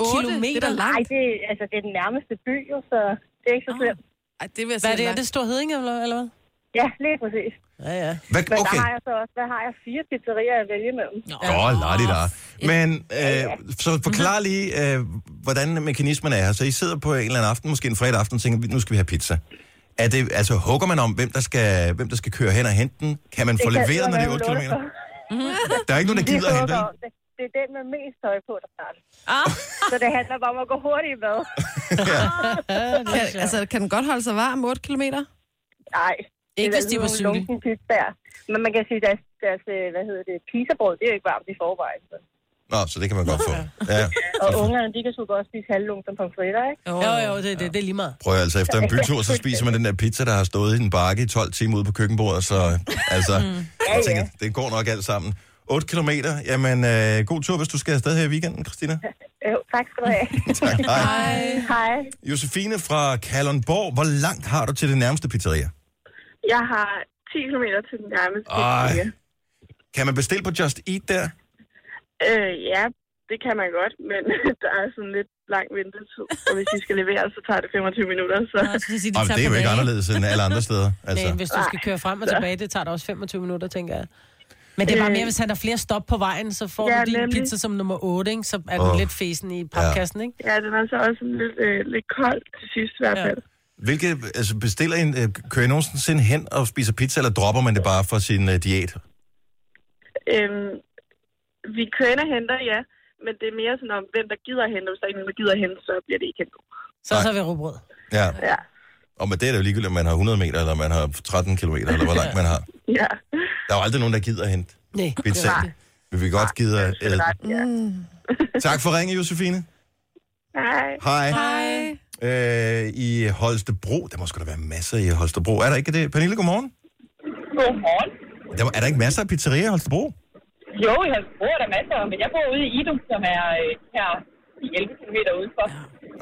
P: er- altså, det er den nærmeste by, jo, så det er ikke så slemt.
I: Ej, det vil
E: Hvad er det? Er det Stor Hedinge, eller, eller hvad?
P: Ja, lige præcis.
E: Ja, ja.
A: Hvad,
P: Men
A: okay,
P: der har jeg så også, der har jeg fire pizzerier at vælge mellem.
A: Åh, oh, da. Men øh, så forklar lige, øh, hvordan mekanismen er her. Så I sidder på en eller anden aften, måske en fredag aften, og tænker, nu skal vi have pizza. Er det, altså, hugger man om, hvem der, skal, hvem der skal køre hen og hente den? Kan man få leveret, når det er 8 km? Der er ikke nogen, der gider at hente den.
P: Det, det er den med mest tøj på, der starter. Ah. så det handler bare om at gå hurtigt i bad.
I: kan, altså, kan den godt holde sig varm 8 km?
P: Nej.
I: Ikke hvis de var syge.
P: Lunken pizzaer. Men man kan sige, deres, deres øh, hvad hedder det, pizzabrød, det er jo ikke varmt i forvejen. Så.
A: Nå, så det kan man [LAUGHS] godt få. Ja.
P: Og ungerne, de kan sgu godt spise halvlunken som pomfritter, ikke?
E: Jo, jo, det, det, det er lige meget.
A: Prøv at, altså, efter en bytur, så spiser man den der pizza, der har stået i en bakke i 12 timer ude på køkkenbordet, så altså, jeg tænker, det går nok alt sammen. 8 kilometer, jamen øh, god tur, hvis du skal afsted her i weekenden, Christina.
P: Jo, Øh, tak skal du have.
A: [LAUGHS] Tak, hej.
P: Hej.
A: Josefine fra Kalundborg, hvor langt har du til det nærmeste pizzeria?
D: Jeg har 10 km til den nærmeste
A: Ej.
D: pizzeria.
A: Kan man bestille på Just Eat der?
D: Øh, ja, det kan man godt, men [LAUGHS] der er sådan lidt lang ventetid. Og hvis de skal levere, så tager det 25 minutter. Så.
A: Ej, men det er jo ikke anderledes end alle andre steder. Altså.
E: Altså. Men hvis du skal køre frem og tilbage, det tager da også 25 minutter, tænker jeg. Men det er bare mere, hvis han har flere stop på vejen, så får
D: Øh. Ja,
E: ja, du din
D: nemlig.
E: pizza som nummer 8, ikke? så er den
A: Åh.
E: lidt fesen i papkassen, ikke?
D: Ja, den er så også lidt, øh, lidt kold til sidst i hvert fald.
A: Hvilke, altså bestiller en, øh, kører I nogensinde hen og spiser pizza, eller dropper man det bare for sin øh, diæt?
D: Øhm, vi kører ind og henter, ja. Men det er mere sådan om, hvem der gider at hente. Hvis der ikke er nogen, der gider at hente, så bliver det ikke hentet.
E: Så så vi råbrød.
A: Ja. ja. Og med det er det jo ligegyldigt, om man har 100 meter, eller man har 13 kilometer, eller hvor langt man har.
D: Ja.
A: Der er jo aldrig nogen, der gider at hente
E: Nej.
A: pizza. Men vi vil godt gide at æde. den.
D: Ja.
A: Tak for ringen, Josefine.
D: Hej.
A: Hej. Øh, I Holstebro, der må sgu da være masser i Holstebro. Er der ikke det? Pernille, godmorgen.
Q: Godmorgen.
A: Der, er der ikke masser af pizzerier i Holstebro?
Q: Jo, jeg bor der masser, men jeg bor ude i Idum, som er øh, her i 11 km udenfor.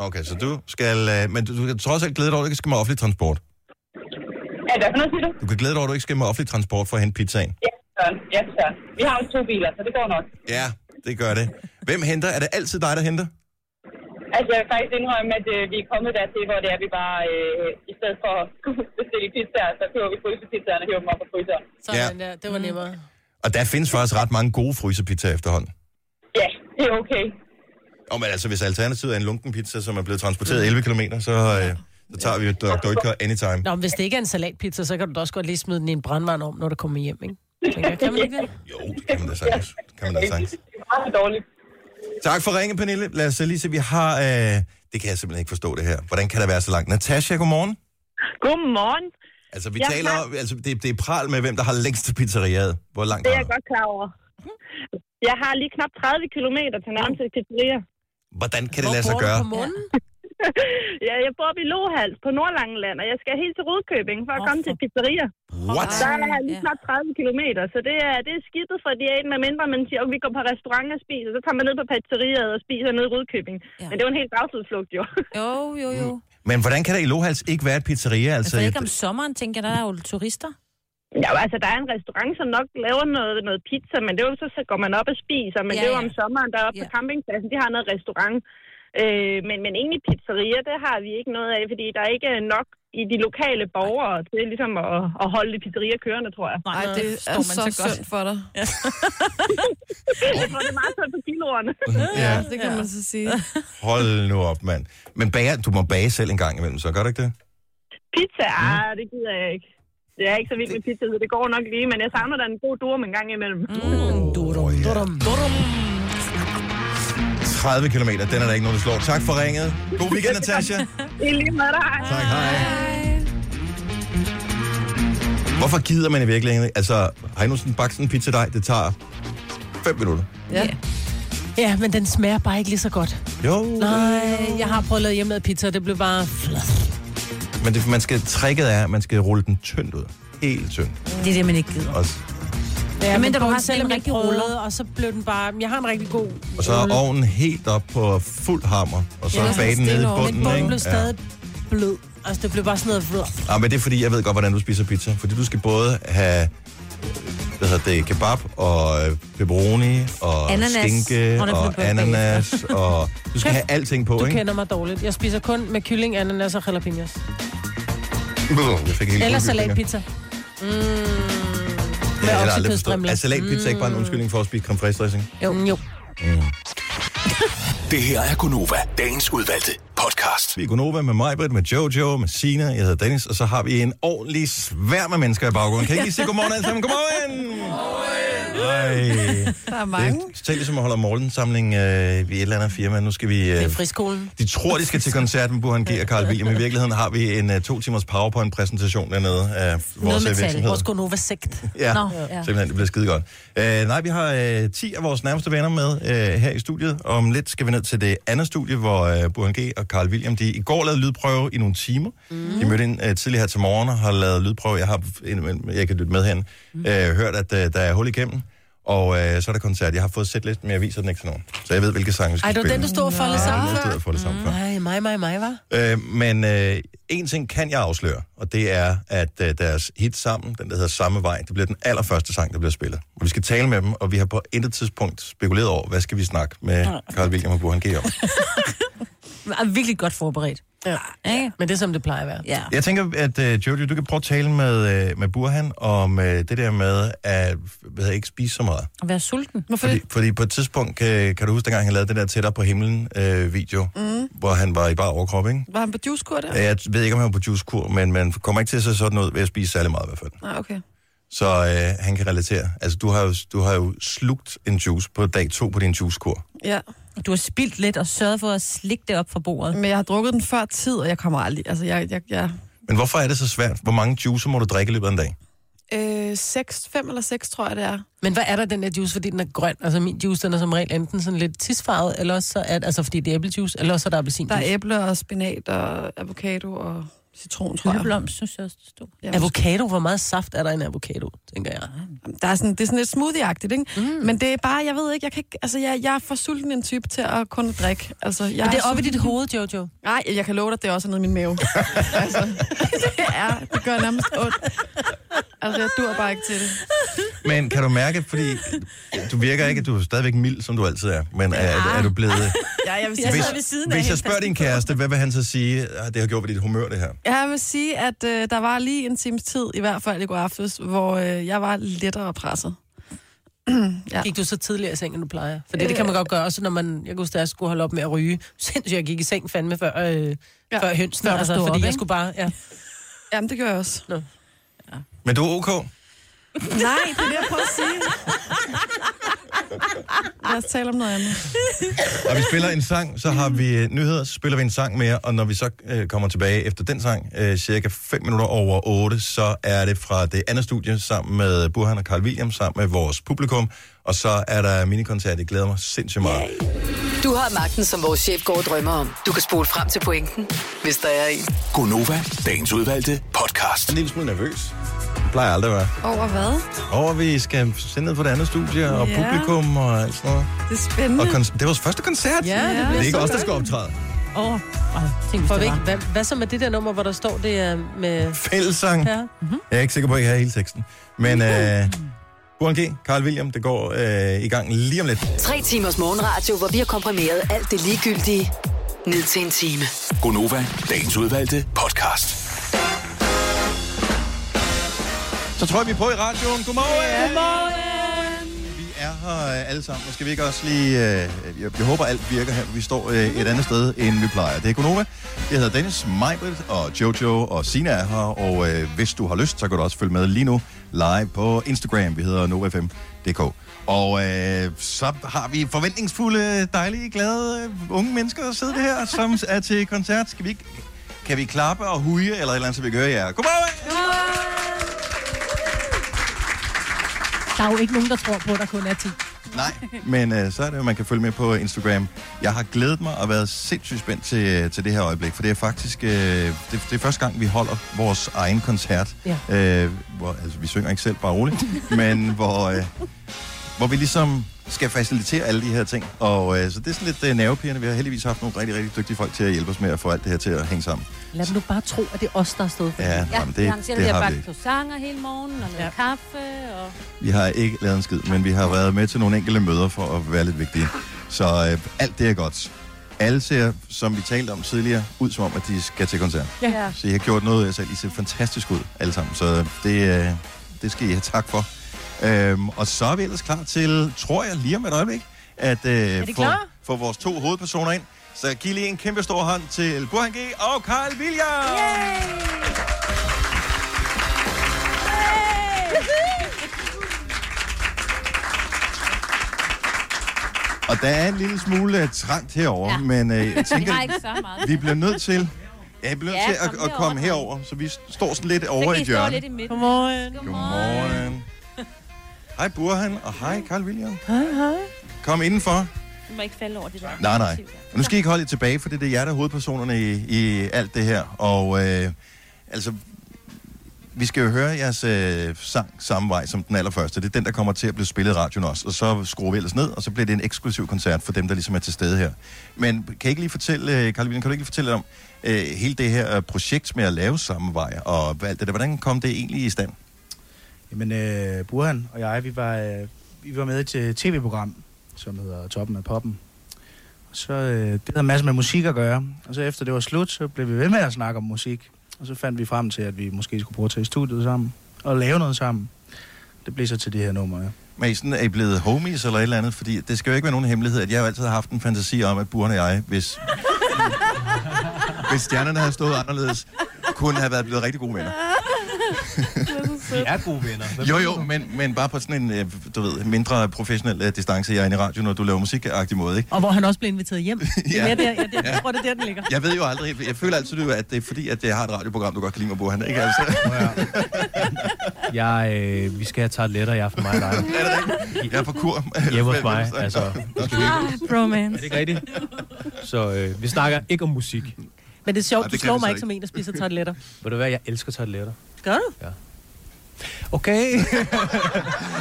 A: Okay, så du skal... Øh, men du, du kan trods alt glæde dig over, at du ikke skal med offentlig transport.
Q: Er der for noget, siger du?
A: Du kan glæde dig over, at du ikke skal med offentlig transport for at hente pizzaen.
Q: Ja, Søren. Ja, Søren. Vi har jo to biler, så det går nok.
A: Ja, det gør det. Hvem henter? Er det altid dig, der henter?
Q: Altså, jeg vil faktisk indrømme, at øh, vi er kommet dertil, hvor det er, vi bare, øh, i stedet for at skulle bestille pizzaer, så køber vi frysepizzaerne og hiver dem op på fryseren.
E: Sådan ja. der, det var nemmere.
A: Og der findes faktisk ret mange gode frysepizzaer efterhånden.
Q: Ja, det er okay.
A: Og men altså, hvis alternativet er en lunken pizza, som er blevet transporteret 11 km, så, øh, så tager vi jo Dr. Dødker anytime.
E: Nå, men hvis det ikke er en salatpizza, så kan du da også godt lige smide den i en brandvarm om, når du kommer hjem,
D: [LAUGHS]
E: ikke? Tænker, jeg, kan man ikke det?
A: Kan man da sagtens. Kan man da sagtens.
Q: Det er meget dårligt.
A: Tak for ringen, Pernille. Lad os øh, lige se, vi har... Øh, det kan jeg simpelthen ikke forstå, det her. Hvordan kan der være så langt? Natasha, godmorgen.
Q: Godmorgen.
A: Altså, vi
N: Jeg
A: taler
N: har-
A: om... Altså, det, det er pral med, hvem der har længst til pizzeriaet. Hvor langt
N: Det
A: har
N: er jeg godt klar over. Jeg har lige knap 30 km til nærmeste pizzeria.
A: Hvordan kan det lade sig gøre?
N: [LAUGHS] ja, jeg bor oppe i Lohals på Nordlangeland, og jeg skal helt til Rudkøbing for at komme til pizzeria.
A: What?
N: Der er lige knap 30 km, så det er, det er skidtet fra de med mindre man siger, at vi går på restaurant og spiser, så tager man ned på pizzeriaet og spiser ned i Rudkøbing. Ja. Men det er jo en helt dagsudflugt, jo. jo, jo, jo.
A: Men hvordan kan der i Lohals ikke være et pizzeria? Altså,
N: ved
F: Ikke om sommeren, tænker jeg, der er jo turister.
N: Ja, jo, altså, der er en restaurant, som nok laver noget, noget pizza, men det er jo så, så går man op og spiser. Men
F: Ja,
N: ja, det er jo
F: ja.
N: om sommeren, der er oppe ja. på campingpladsen, de har noget restaurant. Øh, men, men egentlig pizzerier, det har vi ikke noget af, fordi der ikke er nok i de lokale borgere til ligesom at, at holde de pizzerier kørende, tror jeg.
I: Nej, det er så, så synd for dig. Ja.
N: Jeg tror, det er meget sundt på kiloerne.
A: Ja.
I: det kan man så sige.
A: Hold nu op, mand. Men bager, du må bage selv en gang imellem, så gør du ikke det?
N: [LAUGHS] Pizza, ah, det gider jeg ikke. Jeg er ikke så vild med pizza, så det går nok lige, men jeg savner da en god durum en gang imellem. Mm.
A: Durum, durum,
E: durum.
A: 30 km, den er der ikke nogen, der slår. Tak for ringet. God weekend, Natasha.
N: I lige med dig.
A: Tak, hej. Hvorfor gider man i virkeligheden? ikke? Altså, har I nu sådan bagt sådan en pizza dej? Det tager 5 minutter.
E: Ja. Ja, men den smager bare ikke lige så godt.
A: Jo,
E: Nej, jeg har prøvet at lave hjemmelavet pizza, og det blev bare...
A: men det, man skal, tricket er, at man skal rulle den tyndt ud. Helt tyndt.
F: Det er det, man ikke gider.
A: Og,
E: Ja, men
F: mindre
E: der
F: du
E: var
F: har sådan
E: selv
F: en
E: en
F: rigtig
E: rigtig ruller, og så blev den bare... Jeg har en rigtig god...
A: og så
E: Mm.
A: er ovnen helt op på fuld hammer, og så
E: altså,
A: ja, bage den nede i bunden.
E: Men bunden
A: ikke?
E: blev stadig blød. Altså, det blev bare sådan noget...
A: Ja, men det er fordi, jeg ved godt, hvordan du spiser pizza. Fordi du skal både have hvad hvad hedder det, kebab og øh, pepperoni og
E: Ananas.
A: skinke
E: Og der blev
A: og
E: puttet
A: ananas. og du skal
E: Kæft,
A: have alting på,
E: Du
A: ikke?
E: kender mig dårligt. Jeg spiser kun med kylling, ananas og jalapenos.
A: Brr, Jeg fik helt guldbygninger.
E: Eller salatpizza. Mm.
A: Det har jeg aldrig forstået.
E: oksekødsstrimler.
A: Altså, Er salatpizza ikke bare
E: Mm.
A: en undskyldning for at spise creme fraiche dressing?
E: Jo. jo.
H: Det her er Gunova, dagens udvalgte podcast.
A: Vi er Gunova med mig, Britt, med Jojo, med Sina, jeg hedder Dennis, og så har vi en ordentlig sværm af mennesker i baggrunden. Kan I ikke lige sige godmorgen alle sammen? Godmorgen! Ej.
I: Der er
A: Det er totalt ligesom at holde morgensamling øh, i et eller andet firma. Nu skal vi... Øh,
E: Det er friskolen.
A: de tror, de skal til koncert med Burhan G og Carl William. I virkeligheden har vi en uh, to timers PowerPoint-præsentation dernede af
E: Noget
A: vores øh,
E: med tal.
A: virksomhed.
E: Vores Gonova-sigt.
A: [LAUGHS] Ja, Nå, ja, simpelthen, det bliver skide godt. Uh, nej, vi har uh, 10 af vores nærmeste venner med uh, her i studiet. Om lidt skal vi ned til det andet studie, hvor uh, Burhan G og Carl William, de i går lavede lydprøve i nogle timer. Mm. De mødte ind uh, tidligere her til morgen og har lavet lydprøve. Jeg, har, en- jeg kan lytte med hen. Mm. Uh, hørt, at uh, der er hul igennem. Og øh, så er der koncert. Jeg har fået sætlisten, men jeg viser den ikke til nogen. Så jeg ved, hvilke sange vi skal
E: Ej, det var
A: spille.
E: den, du stod og foldede
A: Ja,
E: sammen
A: den
E: før?
A: stod jeg og foldede sammen før.
E: Nej, mig, mig, mig, var.
A: Øh, men øh, en ting kan jeg afsløre, og det er, at øh, deres hit sammen, den der hedder Samme Vej, det bliver den allerførste sang, der bliver spillet. Og vi skal tale med dem, og vi har på intet tidspunkt spekuleret over, hvad skal vi snakke med Carl William og Burhan G. om.
E: Jeg er virkelig godt forberedt. Ja. ja. Men det er, som det plejer at være. Ja.
A: Jeg tænker, at øh, Jojo, du kan prøve at tale med, øh, med Burhan om øh, det der med at hvad hedder, ikke spise så meget.
F: At være sulten. Hvorfor
A: Fordi, fordi på et tidspunkt, kan, kan du huske, dengang han lavede den der tættere på himlen øh, video,
I: Mm.
A: hvor han var i bare overkrop, ikke?
I: Var han på juicekur der?
A: Jeg ved ikke, om han var på juicekur, men man kommer ikke til at se sådan ud ved at spise særlig meget i hvert fald.
I: Nej, Ah, okay.
A: så øh, han kan relatere. Altså, du har, jo, du har jo slugt en juice på dag to på din juicekur.
I: Ja.
F: Du har spildt lidt og sørget for at slikke det op fra bordet.
I: Men jeg har drukket den før tid, og jeg kommer aldrig... Altså, jeg... jeg, jeg
A: Men hvorfor er det så svært? Hvor mange juicer må du drikke i løbet af en dag?
I: øh, 6, 5 eller 6, tror jeg, det er.
E: Men hvad er der i den der juice, fordi den er grøn? Altså min juice, den er som regel enten sådan lidt tisfarvet, eller også så er, altså fordi det er æblejuice, eller også så er der
I: Der
E: appelsinjuice.
I: er æble og spinat og avocado og citron, tror jeg.
E: Hyldeblomst,
F: synes jeg også, det stod.
I: Ja, Ah,
E: Avocado, hvor meget saft er der i en avocado, tænker jeg.
I: Der er sådan, det er sådan lidt smoothie-agtigt, ikke? Mm. Men det er bare, jeg ved ikke, jeg kan ikke, altså jeg, jeg er for sulten en type til at kun at drikke. Altså, jeg
E: Men det er
I: sulten.
E: oppe i dit hoved, Jojo.
I: Nej, jeg kan love dig, det er også nede i min mave. altså, det er, det gør nærmest ondt. Altså, jeg dur bare ikke til det.
A: Men kan du mærke, fordi du virker ikke, at du er stadigvæk mild, som du altid er, men er, er, er du blevet...
I: Ja, jeg vil sige,
A: Hvis, hvis jeg spørger din kæreste, hvad vil han så sige, at det har gjort ved dit humør, det her?
I: Ja, jeg vil sige, at øh, der var lige en times tid, i hvert fald i går aftes, hvor øh, jeg var lettere presset. [CLEARS THROAT] ja.
E: Gik du så tidligere i seng, end du plejer? [LAUGHS] For det, det kan man godt gøre, også når man, jeg kan huske, da jeg skulle holde op med at ryge. Sindssygt, jeg gik i seng fandme før, øh, ja. før hønsen,
I: Før du
E: altså,
I: stod
E: fordi
I: op,
E: jeg
I: ikke?
E: skulle bare, ja.
I: Jamen, det gjorde jeg også.
E: Nå.
A: Men du er ok?
I: Nej, det er det, jeg prøver at sige. Lad os tale om noget andet.
A: Når vi spiller en sang, så har vi øh, nyheder, så spiller vi en sang mere, og når vi så øh, kommer tilbage efter den sang, øh, cirka 5 minutter over 8, så er det fra det andet studie sammen med Burhan og Carl William, sammen med vores publikum, og så er der minikoncert, det glæder mig sindssygt meget.
G: Du har magten, som vores chef går og drømmer om. Du kan spole frem til pointen, hvis der er en.
H: Gunova, dagens udvalgte podcast.
A: En lille smule nervøs. Det plejer aldrig at være.
I: Over hvad?
A: Over vi skal sende ned på det andet studie, og
I: Ja.
A: publikum og alt sådan noget.
I: Det er spændende.
A: Og kon- det var vores første koncert.
E: Ja, det bliver
A: det er ikke
E: så
A: os, der
E: godt.
A: skal optræde.
E: Åh, oh, tænk, for ikke, hvad, hvad så med det der nummer, hvor der står det er med...
A: Fællessang.
E: Ja.
A: Jeg er ikke sikker på, at jeg har hele teksten. Men øh, Burhan G, Carl William, det går øh, i gang lige om lidt.
G: Tre timers morgenradio, hvor vi har komprimeret alt det ligegyldige ned til en time.
H: Gunova, dagens udvalgte podcast.
A: Så tror jeg, vi er på i radioen. Godmorgen! Vi er her øh, alle sammen. Og skal vi ikke også lige... Øh, jeg, jeg håber, alt virker her. Vi står øh, et andet sted, end vi plejer. Det er Gonova. Jeg hedder Dennis, Majbrit og Jojo og Sina er her. Og øh, hvis du har lyst, så kan du også følge med lige nu live på Instagram. Vi hedder NovaFM.dk. Og øh, så har vi forventningsfulde, dejlige, glade øh, unge mennesker, der sidder her, som er til koncert. Skal vi ikke, kan vi klappe og huje, eller et eller andet, så vi kan høre jer? Godmorgen!
E: Der er jo ikke nogen, der tror på, at der kun er 10.
A: Nej. [LAUGHS] Men øh, så er det jo, man kan følge med på Instagram. Jeg har glædet mig og været sindssygt spændt til, til det her øjeblik, for det er faktisk øh, det, det er første gang, vi holder vores egen koncert.
E: Ja.
A: Øh, hvor, altså, vi synger ikke selv, bare roligt, men hvor, øh, hvor vi ligesom skal facilitere alle de her ting. Og øh, så det er sådan lidt øh, nervepirrende. Vi har heldigvis haft nogle rigtig, rigtig dygtige folk til at hjælpe os med at få alt det her til at hænge sammen.
F: Lad dem nu bare tro, at det er os, der er stået for
A: Ja,
F: det.
A: jamen, det-
F: jeg arrangerer,
A: det
F: at vi
A: har
F: har
A: vi
F: bagt
A: ikke.
F: croissanter hele morgenen, og noget ja. kaffe, og...
A: Vi har ikke lavet en skid, men vi har været med til nogle enkelte møder for at være lidt vigtige. Så øh, alt det er godt. Alle ser, som vi talte om tidligere, ud som om, at de skal til koncert.
F: Ja.
A: Så I har gjort noget af jer selv. I ser fantastisk ud, alle sammen. Så det, øh, det skal I have tak for. Øhm, og så er vi ellers klar til, tror jeg, lige om et øjeblik, at øh,
R: de
A: få,
R: klar?
A: få vores to hovedpersoner ind. Så giv lige en kæmpe stor hånd til Burhan G. og Carl William! Og der er en lille smule øh, trangt herover, ja. men øh, jeg tænker,
R: [LAUGHS] Vi har ikke så meget.
A: vi bliver nødt til, ja, vi bliver nødt
R: Ja,
A: ja, til at,
R: kom
A: at
R: herover,
A: komme herover, så vi står sådan lidt over i et hjørne.
R: i midten. Godmorgen.
A: Godmorgen. Hej Burhan, og hej Carl William.
C: Hej, hej.
A: Kom indenfor.
C: Du må ikke falde over det der.
A: Nej, nej. Og nu skal I ikke holde jer tilbage, for det er jer, der er hovedpersonerne i, i alt det her. Og øh, altså, vi skal jo høre jeres øh, sang samme vej som den allerførste. Det er den, der kommer til at blive spillet i radioen også. Og så skruer vi ellers ned, og så bliver det en eksklusiv koncert for dem, der ligesom er til stede her. Men kan I ikke lige fortælle, øh, Karl Wilhelm, kan du ikke lige fortælle lidt om øh, hele det her øh, projekt med at lave samme vej, og alt det der. Hvordan kom det egentlig i stand?
S: Jamen, øh, Burhan og jeg, vi var, øh, vi var med til et øh, tv-program, som hedder Toppen af Poppen. Og så, øh, det havde en masse med musik at gøre. Og så efter det var slut, så blev vi ved med at snakke om musik. Og så fandt vi frem til, at vi måske skulle prøve at tage i studiet sammen og lave noget sammen. Det blev så til det her nummer, ja.
A: Men I sådan, er I blevet homies eller et eller andet? Fordi det skal jo ikke være nogen hemmelighed, at jeg har altid har haft en fantasi om, at Buren og jeg, hvis, hvis stjernerne havde stået anderledes, kunne have været blevet rigtig gode venner.
D: [LAUGHS]
R: Vi er gode venner.
A: Jo, jo, men, men bare på sådan en, øh, du ved, mindre professionel øh, distance, jeg er inde i radioen, når du laver musikagtig måde, ikke?
E: Og hvor han også blev inviteret
A: [LAUGHS]
E: hjem. Det er mere der, ja, det,
A: Ja.
E: jeg tror, det er der, den ligger.
A: Jeg ved jo aldrig, jeg føler altid, at det er fordi, at jeg har et radioprogram, du godt kan lide mig, Burhan, ikke altså?
E: [LAUGHS]
R: Jeg, øh, vi skal have tartletter i aften, mig
A: [LAUGHS]
R: og dig.
A: Jeg er på
R: [LAUGHS]
A: kur.
R: Hjemme hos mig, altså.
E: Bromance.
R: Er det ikke rigtigt? Så øh, vi snakker ikke om musik.
E: Men det er sjovt,
R: Ej, det
E: du
R: kan
E: slår
R: vi så
E: mig ikke
R: ikke.
E: som en, der spiser tarteletter.
R: Ved du hvad, jeg elsker tartletter.
E: Gør du?
R: Ja. Okay. [LAUGHS]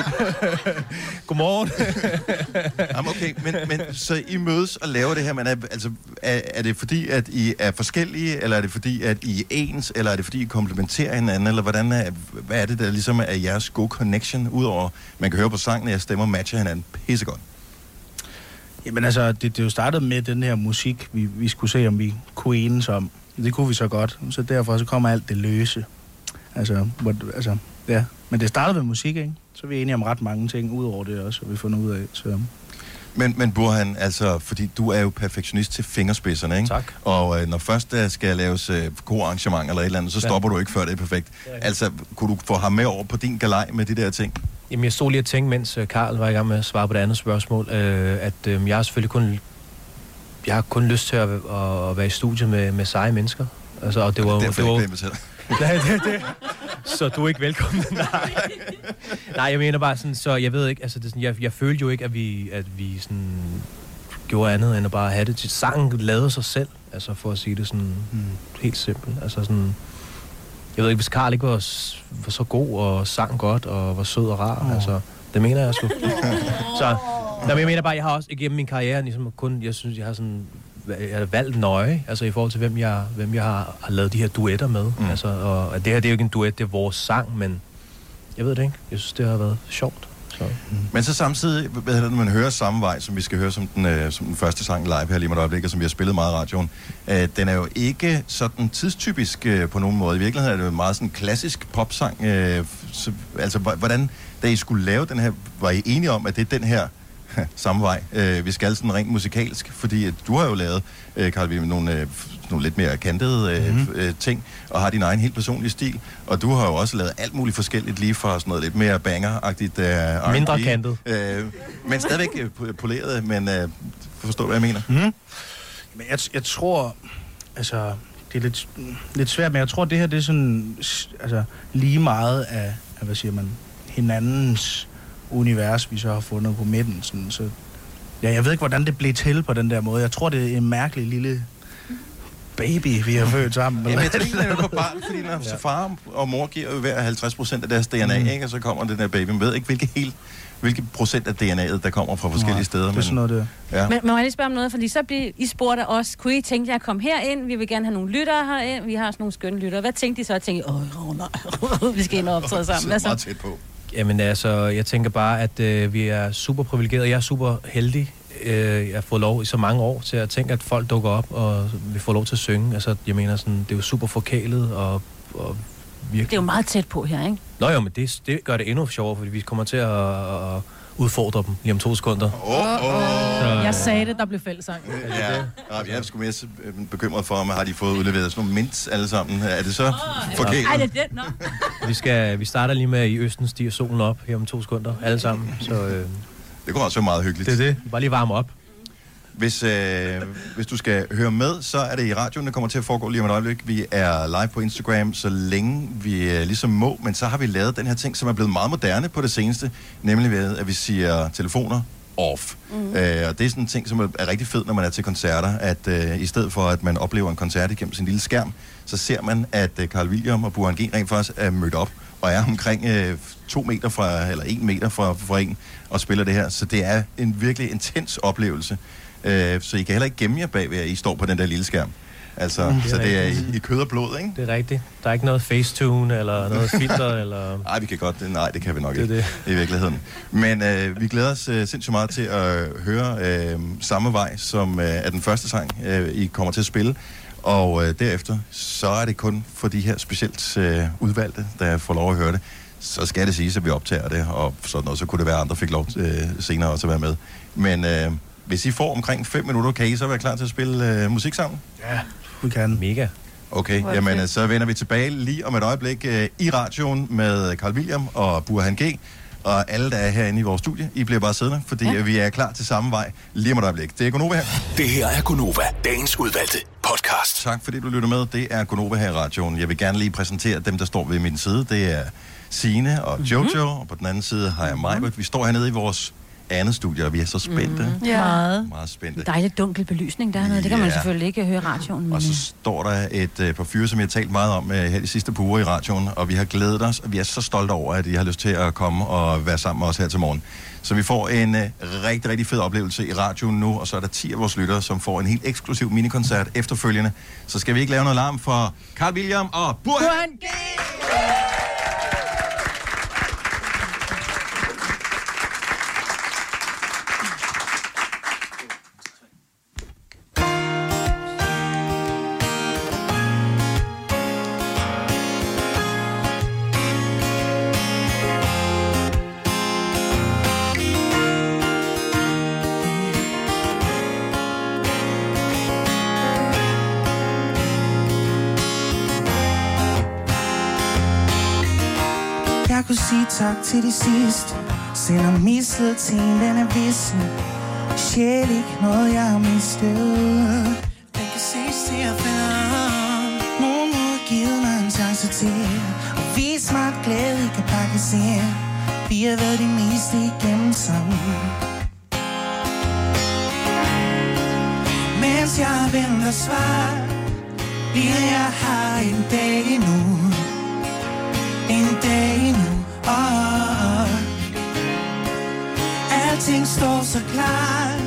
R: Godmorgen.
A: [LAUGHS] Jamen okay, men, men så I mødes og laver det her, men er, altså, er, er det fordi, at I er forskellige, eller er det fordi, at I er ens, eller er det fordi, I komplementerer hinanden, eller hvordan er, hvad er det, der ligesom er jeres gode connection, udover man kan høre på sangen, at jeres stemmer matcher hinanden pissegodt?
S: Jamen altså, det, det jo startede med den her musik, vi, vi skulle se, om vi kunne enes om. Det kunne vi så godt, så derfor så kommer alt det løse. Altså, hvor, altså ja. Men det startede med musik, ikke? Så er vi enige om ret mange ting, ud over det også, og vi fundet ud af. Så.
A: Men, men Burhan, altså, fordi du er jo perfektionist til fingerspidserne, ikke? Tak. Og øh, når først der skal laves øh, gode arrangement eller et eller andet, så
R: Ja.
A: stopper du ikke, før det er perfekt. Altså, kunne du få ham med over på din galej med de der ting?
R: Jamen, jeg stod lige og tænkte, mens øh, Karl var i gang med at svare på det andet spørgsmål, øh, at øh, jeg har selvfølgelig kun, jeg har kun lyst til at, at, at være i studiet med, med seje mennesker. Altså, og det var,
A: Derfor
R: det var,
A: ikke blev
R: [LAUGHS] Nej, det, det. Så du er ikke velkommen, [LAUGHS] nej. Nej, jeg mener bare sådan, så jeg ved ikke, altså det er sådan, jeg, jeg følte jo ikke, at vi, at vi sådan gjorde andet end at bare have det til sangen lavede sig selv, altså for at sige det sådan
A: Mm.
R: hmm, helt simpelt, altså sådan jeg ved ikke, hvis Karl ikke var, s- var så god og sang godt og var sød og rar, oh. altså det mener jeg sgu. så, nej, men jeg mener bare, jeg har også igennem min karriere ligesom kun, jeg synes, jeg har sådan jeg har valgt nøje, altså i forhold til, hvem jeg, hvem jeg har, har lavet de her duetter med. Mm. Altså, og, og det her, det er jo ikke en duet, det er vores sang, men jeg ved det ikke. Jeg synes, det har været sjovt. Så.
A: Men så samtidig, hvad hedder det, når man hører samme vej, som vi skal høre som den, øh, som den første sang live her lige med et øjeblik, og som vi har spillet meget i radioen, øh, den er jo ikke sådan tidstypisk øh, på nogen måde. I virkeligheden er det jo en meget sådan klassisk popsang. Øh, så, altså, hv- hvordan, da I skulle lave den her, var I enige om, at det er den her [LAUGHS] samme vej, øh, vi skal sådan rent musikalsk, fordi at du har jo lavet, øh, Carl Wilhelm, nogle, øh, f- nogle lidt mere kantede øh, mm-hmm. øh, ting, og har din egen helt personlige stil, og du har jo også lavet alt muligt forskelligt, lige fra sådan noget lidt mere banger-agtigt øh, R&B.
R: Mindre kantet.
A: Øh, men stadigvæk øh, po- poleret, men øh, forstår du, hvad jeg mener? Mm.
S: Mhm. Men jeg, jeg tror, altså, det er lidt, lidt svært, men jeg tror, det her, det er sådan, s- altså, lige meget af, af hvad siger man, hinandens univers, vi så har fundet på midten. Sådan, så, ja, jeg ved ikke, hvordan det blev til på den der måde. Jeg tror, det er en mærkelig lille baby, vi har født sammen.
A: Jamen, jeg tænker nemlig på barn, fordi når ja. far og mor giver jo hver 50 procent af deres DNA, mm. ikke, og så kommer den der baby, man ved ikke, hvilke helt hvilke procent af DNA'et, der kommer fra forskellige Nej, steder.
S: det er sådan noget, det
A: er. Ja.
F: Men, men må jeg lige spørge om noget, fordi så blev I spurgt af os, kunne I tænke jer at komme herind? Vi vil gerne have nogle lyttere herind, vi har også nogle skønne lyttere. Hvad tænkte I så? Tænkte I, åh, åh, nej, [LAUGHS] vi skal ind og optræde sammen. Altså,
A: Sidder meget tæt på.
R: Jamen altså, jeg tænker bare, at øh, vi er super privilegerede. Jeg er super heldig. Øh, jeg har fået lov i så mange år til at tænke, at folk dukker op, og vi får lov til at synge. Altså, jeg mener sådan, det er jo super forkælet, og, og virkelig...
F: Det er jo meget tæt på her, ikke?
R: Nå jo, men det, det gør det endnu sjovere, fordi vi kommer til at, at udfordre dem lige om to sekunder.
A: Åh, åh.
T: Jeg sagde det, der blev fællesang.
A: Ja, ja, jeg er sgu mere så, øh, bekymret for, om har de fået udleveret sådan nogle mints alle sammen. Er det så forkert?
F: Ej, det er det, nå.
R: Vi, skal, vi starter lige med, at i Østen stiger solen op her om to sekunder, alle sammen. Så, øh,
A: det kunne også være meget hyggeligt.
R: Det er det. Bare lige varme op.
A: Hvis, øh, hvis du skal høre med, så er det i radioen, der kommer til at foregå lige om et øjeblik. Vi er live på Instagram, så længe vi øh, ligesom må, men så har vi lavet den her ting, som er blevet meget moderne på det seneste, nemlig ved, at vi siger telefoner off. Mm. Øh, og det er sådan en ting, som er, er rigtig fed, når man er til koncerter, at øh, i stedet for, at man oplever en koncert igennem sin lille skærm, så ser man, at øh, Carl William og Burhan G rent faktisk er mødt op og er omkring øh, to meter fra, eller en meter fra, fra en, og spiller det her. Så det er en virkelig intens oplevelse. Øh, så I kan heller ikke gemme jer bagved, at I står på den der lille skærm. Altså,
R: Mm.
A: mm,
R: Det er
A: så det er i,
R: rigtigt.
A: i kød og blod, ikke?
R: Det er rigtigt. Der er ikke noget facetune eller
A: [LAUGHS]
R: noget filter. eller...
A: Nej, vi kan godt. øh, Nej, det kan vi nok det ikke det. i virkeligheden. Men øh, vi glæder os øh, sindssygt meget til at høre øh, samme vej, som øh, er den første sang, øh, I kommer til at spille. Og øh, derefter, så er det kun for de her specielt øh, udvalgte, der får lov at høre det. Så skal det siges, at vi optager det, og sådan noget. Så kunne det være, at andre fik lov øh, senere også at være med. Men øh, hvis I får omkring 5 minutter, kan I så være klar til at spille øh, musik sammen?
S: Ja, vi kan.
R: Mega.
A: Okay,
S: Hvor er det
A: jamen
S: fedt.
A: øh, så vender vi tilbage lige om et øjeblik øh, i radioen med Carl William og Burhan G. Og alle, der er herinde i vores studie, I bliver bare siddende, fordi ja. vi er klar til samme vej lige om et øjeblik. Det er Gonova her.
H: Det her er Gonova, dagens udvalgte podcast.
A: Tak fordi du lytter med. Det er Gonova her i radioen. Jeg vil gerne lige præsentere dem, der står ved min side. Det er Sine
S: Mhm.
A: og Jojo, mm-hmm. og på den anden side har jeg Majbert. Vi står hernede i vores andet studie, og vi er så spændte.
S: Mhm.
E: Mm.
A: Mm-hmm.
F: Ja. Meget.
A: Meget spændte.
F: Dejlig dunkel belysning, der er noget. Det kan man
A: Ja.
F: selvfølgelig ikke høre i radioen. Men...
A: Og så står der et øh, par fyre, som jeg har talt meget om øh, her de sidste par uger i radioen, og vi har glædet os, og vi er så stolte over, at I har lyst til at komme og være sammen med os her til morgen. Så vi får en øh, rigtig, rigtig fed oplevelse i radioen nu, og så er der 10 af vores lyttere, som får en helt eksklusiv minikoncert efterfølgende. Så skal vi ikke lave noget larm for Carl William og Burhan
T: G!
U: Jeg kunne sige tak til de sidste Selvom misleteen den er vissen Sjæl ikke noget jeg har mistet Den kan ses til at falde om Nogen må have givet mig en chance til Og vis mig at glæde I kan pakkes ind Vi har været de meste igennem sammen Mens jeg venter svar Bliver jeg har en dag endnu en dag endnu oh. Alting står så klart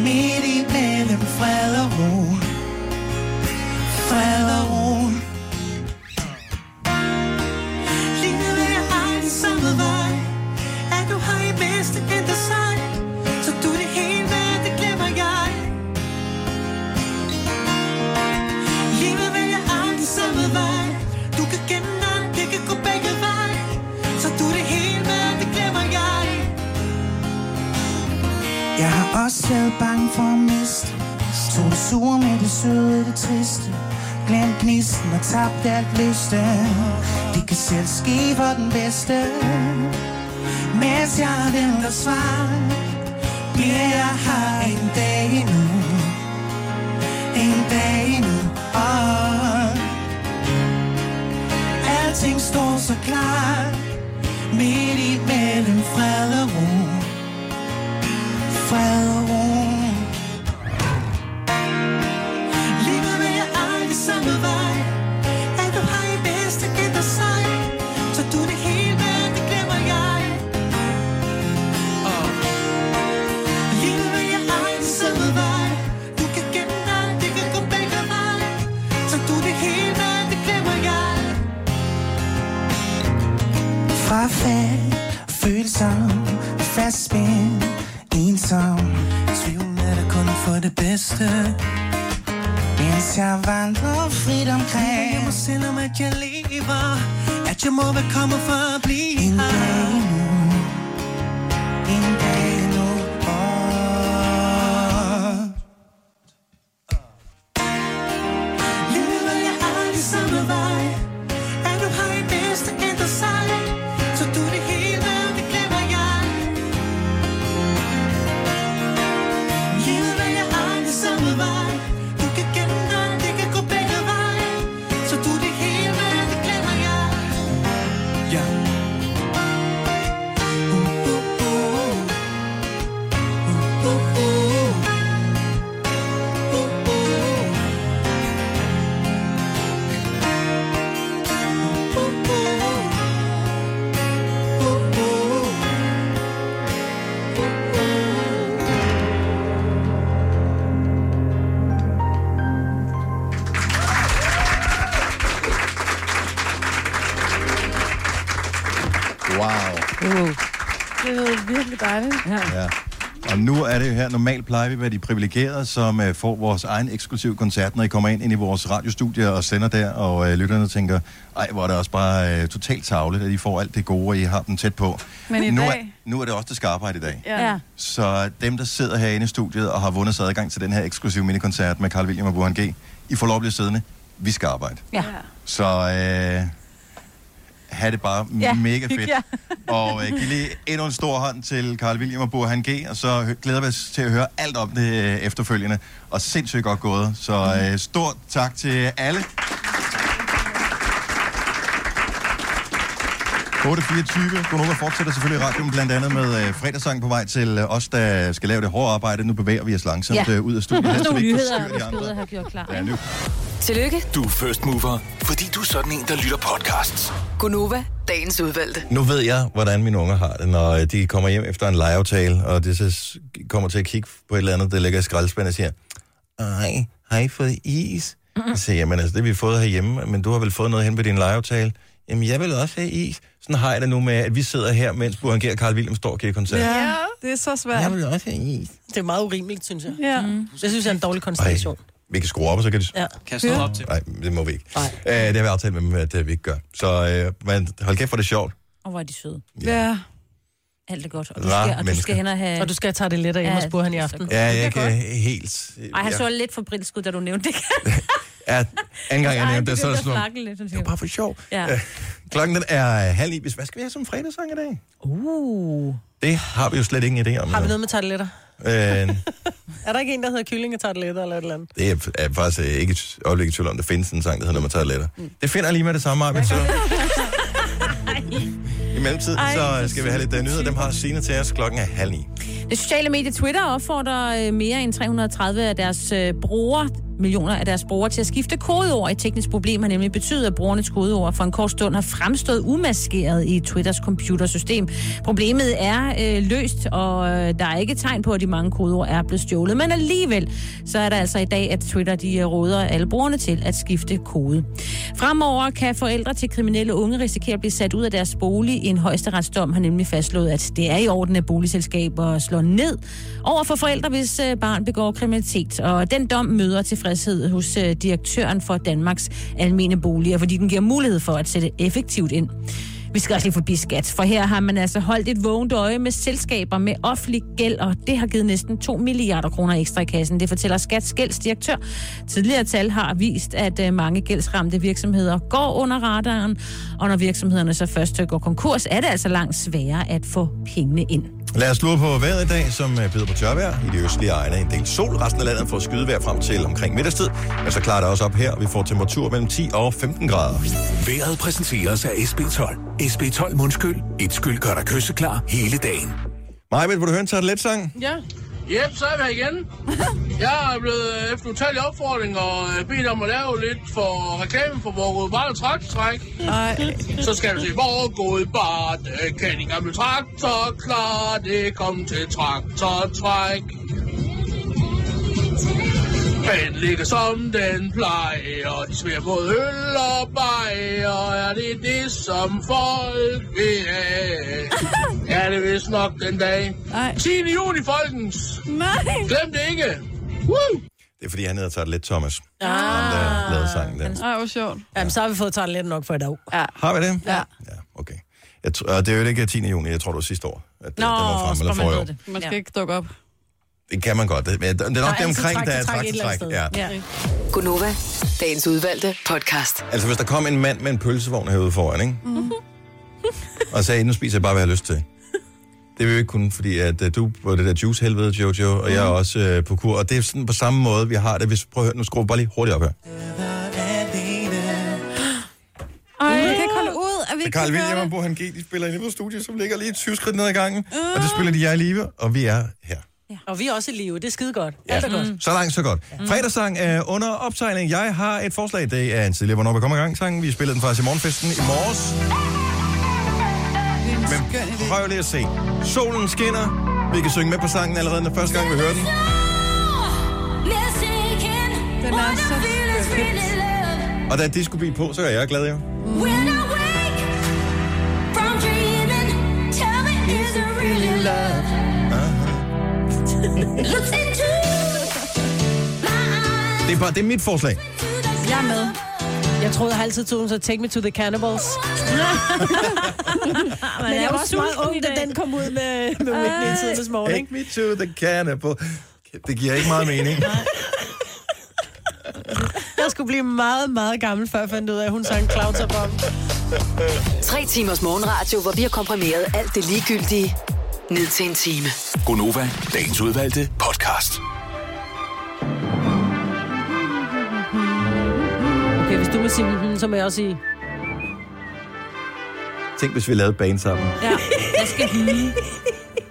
U: Midt i mellem fred og ro Fred og ro Livet er aldrig samme vej At du har i bedste ændret sig Så du er det hele værd, det glemmer jeg Livet vælger aldrig samme vej du kan kende dig, det kan gå begge veje Så du er det hele, hvad det glemmer jeg Jeg har også været bange for at miste To det sure med det søde, det triste Glemt gnisten og tabt alt lyste Det kan selv ske for den bedste Mens jeg venter svar Bliver jeg her en dag endnu En dag endnu oh. Alting står så klart Midt i mellem fred og ro Fred og ro Livet vil jeg aldrig samme vej At du har i bedste ændret sig Så du er det hele, hvad det glemmer jeg er fat, følsom, fastspændt, ensom Tvivlen er der kun for det bedste Mens jeg vandrer frit omkring Jeg må selvom at jeg lever At jeg må være kommet for at blive En dag endnu En dag endnu Og
D: Ah. Lyder jeg aldrig samme vej Er du her i bedste ændrer sig Så du det hele, det glemmer jeg Lyder jeg aldrig samme vej Du kan kende dig, det kan gå begge veje Så du det hele, det glemmer jeg
U: Ja.
A: Wow.
E: Uh.
I: Det lyder virkelig dejligt.
E: Ja.
A: Ja. Og nu er det jo her, normalt plejer vi at være de privilegerede, som uh, får vores egen eksklusiv koncert, når I kommer ind, ind i vores radiostudie og sender der, og uh, lytterne tænker, ej, hvor er det også bare uh, totalt tavlet, at I får alt det gode, og I har dem tæt på.
D: Men i
A: nu,
D: dag-
A: er, nu er det også det skarpe arbejde i dag.
D: Ja.
A: Så dem, der sidder herinde i studiet og har vundet sig adgang til den her eksklusive minikoncert med Carl William og Burhan G., I får lov at blive siddende. Vi skal arbejde.
D: Ja.
A: Så øh, have det bare
D: Ja,
A: ja, mega
D: hygge
A: fedt.
D: jer.
A: og øh, giv lige endnu en stor hånd til Karl William og Burhan G. Og så hø- glæder vi os til at høre alt om det øh, efterfølgende. Og sindssygt godt gået. Så øh, stort tak til alle. 8.24. Gunova fortsætter selvfølgelig i radioen, blandt andet med øh, fredagssang på vej til øh, os, der skal lave det hårde arbejde. Nu bevæger vi os langsomt øh, ud af
G: [LAUGHS]
A: studiet, her, så vi ikke forstyrrer de andre.
F: have gjort klar.
A: Ja, nu.
G: Tillykke,
H: Du er first mover, fordi du er sådan en, der lytter podcasts.
G: Gunova, dagens udvalgte.
A: Nu ved jeg, hvordan mine unger har det, når øh, de kommer hjem efter en legeaftale, og de så s- kommer til at kigge på et eller andet, der ligger i skraldespanden og siger, ej, har I fået is?
F: Mhm.
A: Jeg siger, jamen altså, det har vi fået herhjemme, men du har vel fået noget hen ved din legeaftale? Jamen, jeg vil også have is. Sådan har jeg det nu med, at vi sidder her, mens Burhan G. og Carl William står og giver koncert.
I: Ja, det er så svært.
A: Jeg vil også have is.
E: Det er meget urimeligt, synes jeg.
I: Ja.
E: Mm. Det synes jeg er en dårlig konstellation.
A: Vi kan skrue op, og så kan de...
E: Ja.
A: Kaste noget op til. Nej, det må vi ikke. Øh, det har vi aftalt med dem, at øh, vi ikke gør. Så øh, men hold kæft, for det er sjovt.
F: Og hvor er de søde.
I: Ja.
F: Alt er godt. Og du
A: Rar
F: skal, og du
A: mennesker.
F: skal hen og have...
E: Og du skal tage det lettere hjemme hos Burhan i aften.
A: Ja, jeg kan helt...
F: Ej, han
A: jeg-
F: så lidt for brilsk ud, da du nævnte det.
A: Ja, anden gang jeg
F: [LAUGHS] Altså, Ej,
A: nævnte det, så er det sådan,
F: flakke lidt. Det var
A: bare for sjov.
F: Ja.
A: Øh, Klokken den er øh, halv ni. Hvis- Hvad skal vi have som fredagssang i dag?
E: Uh.
A: Det har vi jo slet ingen idé om.
E: Har vi
A: jo.
E: noget med tarteletter?
A: Øh,
E: Er der ikke en, der hedder kyllingetarteletter eller et eller andet?
A: det er, er faktisk øh, ikke et øjeblik i tvivl om, der findes en sang, der hedder Når man tager letter. Det finder jeg lige med det samme, Arvind, så i mellemtiden,
F: Ej,
A: så
F: hvor
A: øh, skal vi have lidt øh, nyheder. Dem har Signe til os klokken er halv ni.
F: Det sociale medie Twitter opfordrer øh, mere end 330 af deres øh, brugere, millioner af deres brugere, til at skifte kodeord. Et teknisk problem har nemlig betydet, at brugernes kodeord for en kort stund har fremstået umaskeret i Twitters computersystem. Problemet er øh, løst, og øh, der er ikke tegn på, at de mange kodeord er blevet stjålet. Men alligevel, så er der altså i dag, at Twitter de øh, råder alle brugerne til at skifte kode. Fremover kan forældre til kriminelle unge risikere at blive sat ud af deres bolig. En højesteretsdom har nemlig fastslået, at det er i orden, at boligselskaber slår ned over for forældre, hvis øh, barn begår kriminalitet. Og den dom møder tilfredshed hos øh, direktøren for Danmarks Almene Boliger, fordi den giver mulighed for at sætte effektivt ind. Vi skal også lige forbi skat, for her har man altså holdt et vågent øje med selskaber med offentlig gæld, og det har givet næsten 2 milliarder kroner ekstra i kassen. Det fortæller Skats gældsdirektør. Tidligere tal har vist, at øh, mange gældsramte virksomheder går under radaren, og når virksomhederne så først øh, går konkurs, er det altså langt sværere at få pengene ind.
A: Lad os lure på vejret i dag, som øh, byder på tørvejr. I de østlige egne en del sol. Resten af landet får skydevejr frem til omkring middagstid. Men så klarer det også op her, og vi får temperaturer mellem 10 og 15 grader.
H: Været præsenteres af SB12. SB12 mundskyld. Et skyld gør dig kysseklar hele dagen.
A: Maja, vil du høre en tartlet-sang?
T: Ja.
V: Jep, så er vi her igen. Jeg er blevet øh, efter utallige opfordringer øh, bedt om at lave lidt for reklame for vores Rødebare Traktortræk. Så skal du se, hvor gode bar, det øh, kan de gamle traktor klar, det kom til traktortræk. Den ligger som den plejer, de smager både øl og bajer. Er det det, som folk vil [LAUGHS] have? ja, det er vist nok den dag. Nej. 10. juni, folkens! Nej! Glem det ikke! Woo!
A: Det er fordi, han hedder Tartelet Thomas. Ah. Ham, der lavede sangen der.
E: Ej, hvor sjovt. Jamen, så har vi fået taget lidt nok for i dag.
I: Ja.
A: Har vi det?
E: Ja.
A: Jeg tr- og det er jo ikke 10. juni, jeg tror det var sidste år, at det,
I: Nå,
A: den var frem,
I: så
A: eller
I: man
A: forrige
I: ved
A: år.
I: det. Man skal ja. ikke dukke op.
A: Det kan man godt. Det, men det er nok
G: Der er
A: det
G: altid
A: omkring, der
G: træk, det
A: er et
G: trækker et eller
A: træk.
G: andet
A: Ja.
G: Ja. Gunova, dagens udvalgte podcast.
A: Altså, hvis der kom en mand med en pølsevogn herude foran, ikke? [LAUGHS] og sagde, nu spiser jeg bare, hvad jeg har lyst til. Det vil vi ikke kunne, fordi at øh, du er på det der juice-helvede, Jojo, og jeg er også øh, på kur. Og det er sådan på samme måde, vi har det. Hvis, prøv at høre, nu skruer vi bare lige hurtigt op her.
I: Ej, jeg kan ikke holde ud, at vi
A: Det er
I: ikke
A: Carl
I: kan gøre
A: William og
I: det.
A: Burhan G, de spiller inde på studiet, som ligger lige 20 skridt ned ad gangen. Og
I: Uh.
A: det spiller de jeg i live, og vi er her.
E: Og vi er også i live, det er skide godt.
A: Ja,
E: Alt er godt.
A: så langt, så godt. Fredagssang er under optegning. Jeg har et forslag. Det er en tidligere, hvornår vi kommer i gang sang. Vi spillede den faktisk i morgenfesten i morges. Men prøv lige at se. Solen skinner. Vi kan synge med på sangen allerede, når første gang vi hører den.
D: Den er så skøn.
A: Og da disco beat på, så er jeg glad, jo.
D: When I wake from dreaming, tell me is it really love? Looks into
A: Det er, bare, det er mit forslag.
E: Jeg er med. Jeg troede jeg altid, tog den så Take Me To The Cannibals.
F: [LAUGHS]
E: Men jeg var også meget ung, da den kom ud med, med Whitney
F: Ah.
E: i tidens morgen.
A: Take
E: ikke?
A: me to the cannibal. Det giver ikke meget mening.
E: Jeg skulle blive meget, meget gammel, før jeg fandt ud af, at hun sang Clouds Up Om.
G: Tre timers morgenradio, hvor vi har komprimeret alt det ligegyldige ned til en time.
H: Gonova, dagens udvalgte podcast.
E: Okay, hvis du må sige, mm, så må jeg også sige...
A: Tænk, hvis vi lavede band sammen.
E: Ja, jeg skal lige.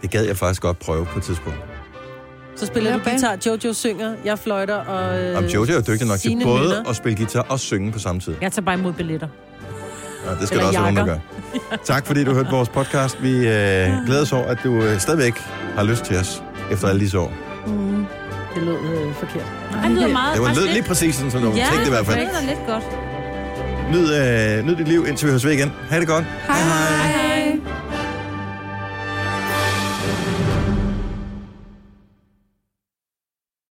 A: Det gad jeg faktisk godt prøve på et tidspunkt.
F: Øh,
E: Så spiller du guitar, Jojo synger, jeg fløjter og... Øh,
A: Om Jojo er dygtig nok til
E: Signe
A: både
E: nynner.
A: at spille guitar og synge på samme tid.
F: Jeg tager bare imod billetter.
A: Ja, det skal
F: Eller
A: der også være nogen, der
F: jakker. Ah.
A: gør. Tak fordi du hørte vores podcast. Vi øh, glæder os over, at du øh, stadigvæk har lyst til os efter alle
F: Ah,
A: disse år.
E: Mm, det lød øh, forkert.
F: Han lyder meget...
A: Det var lød
F: faktisk
A: lige
F: lidt-
A: præcis sådan, som du
F: Ja,
A: tænkte det i hvert fald.
F: det lyder lidt godt.
A: Nyd, øh, nyd dit liv, indtil vi høres ved igen. Ha' det godt.
F: Hej.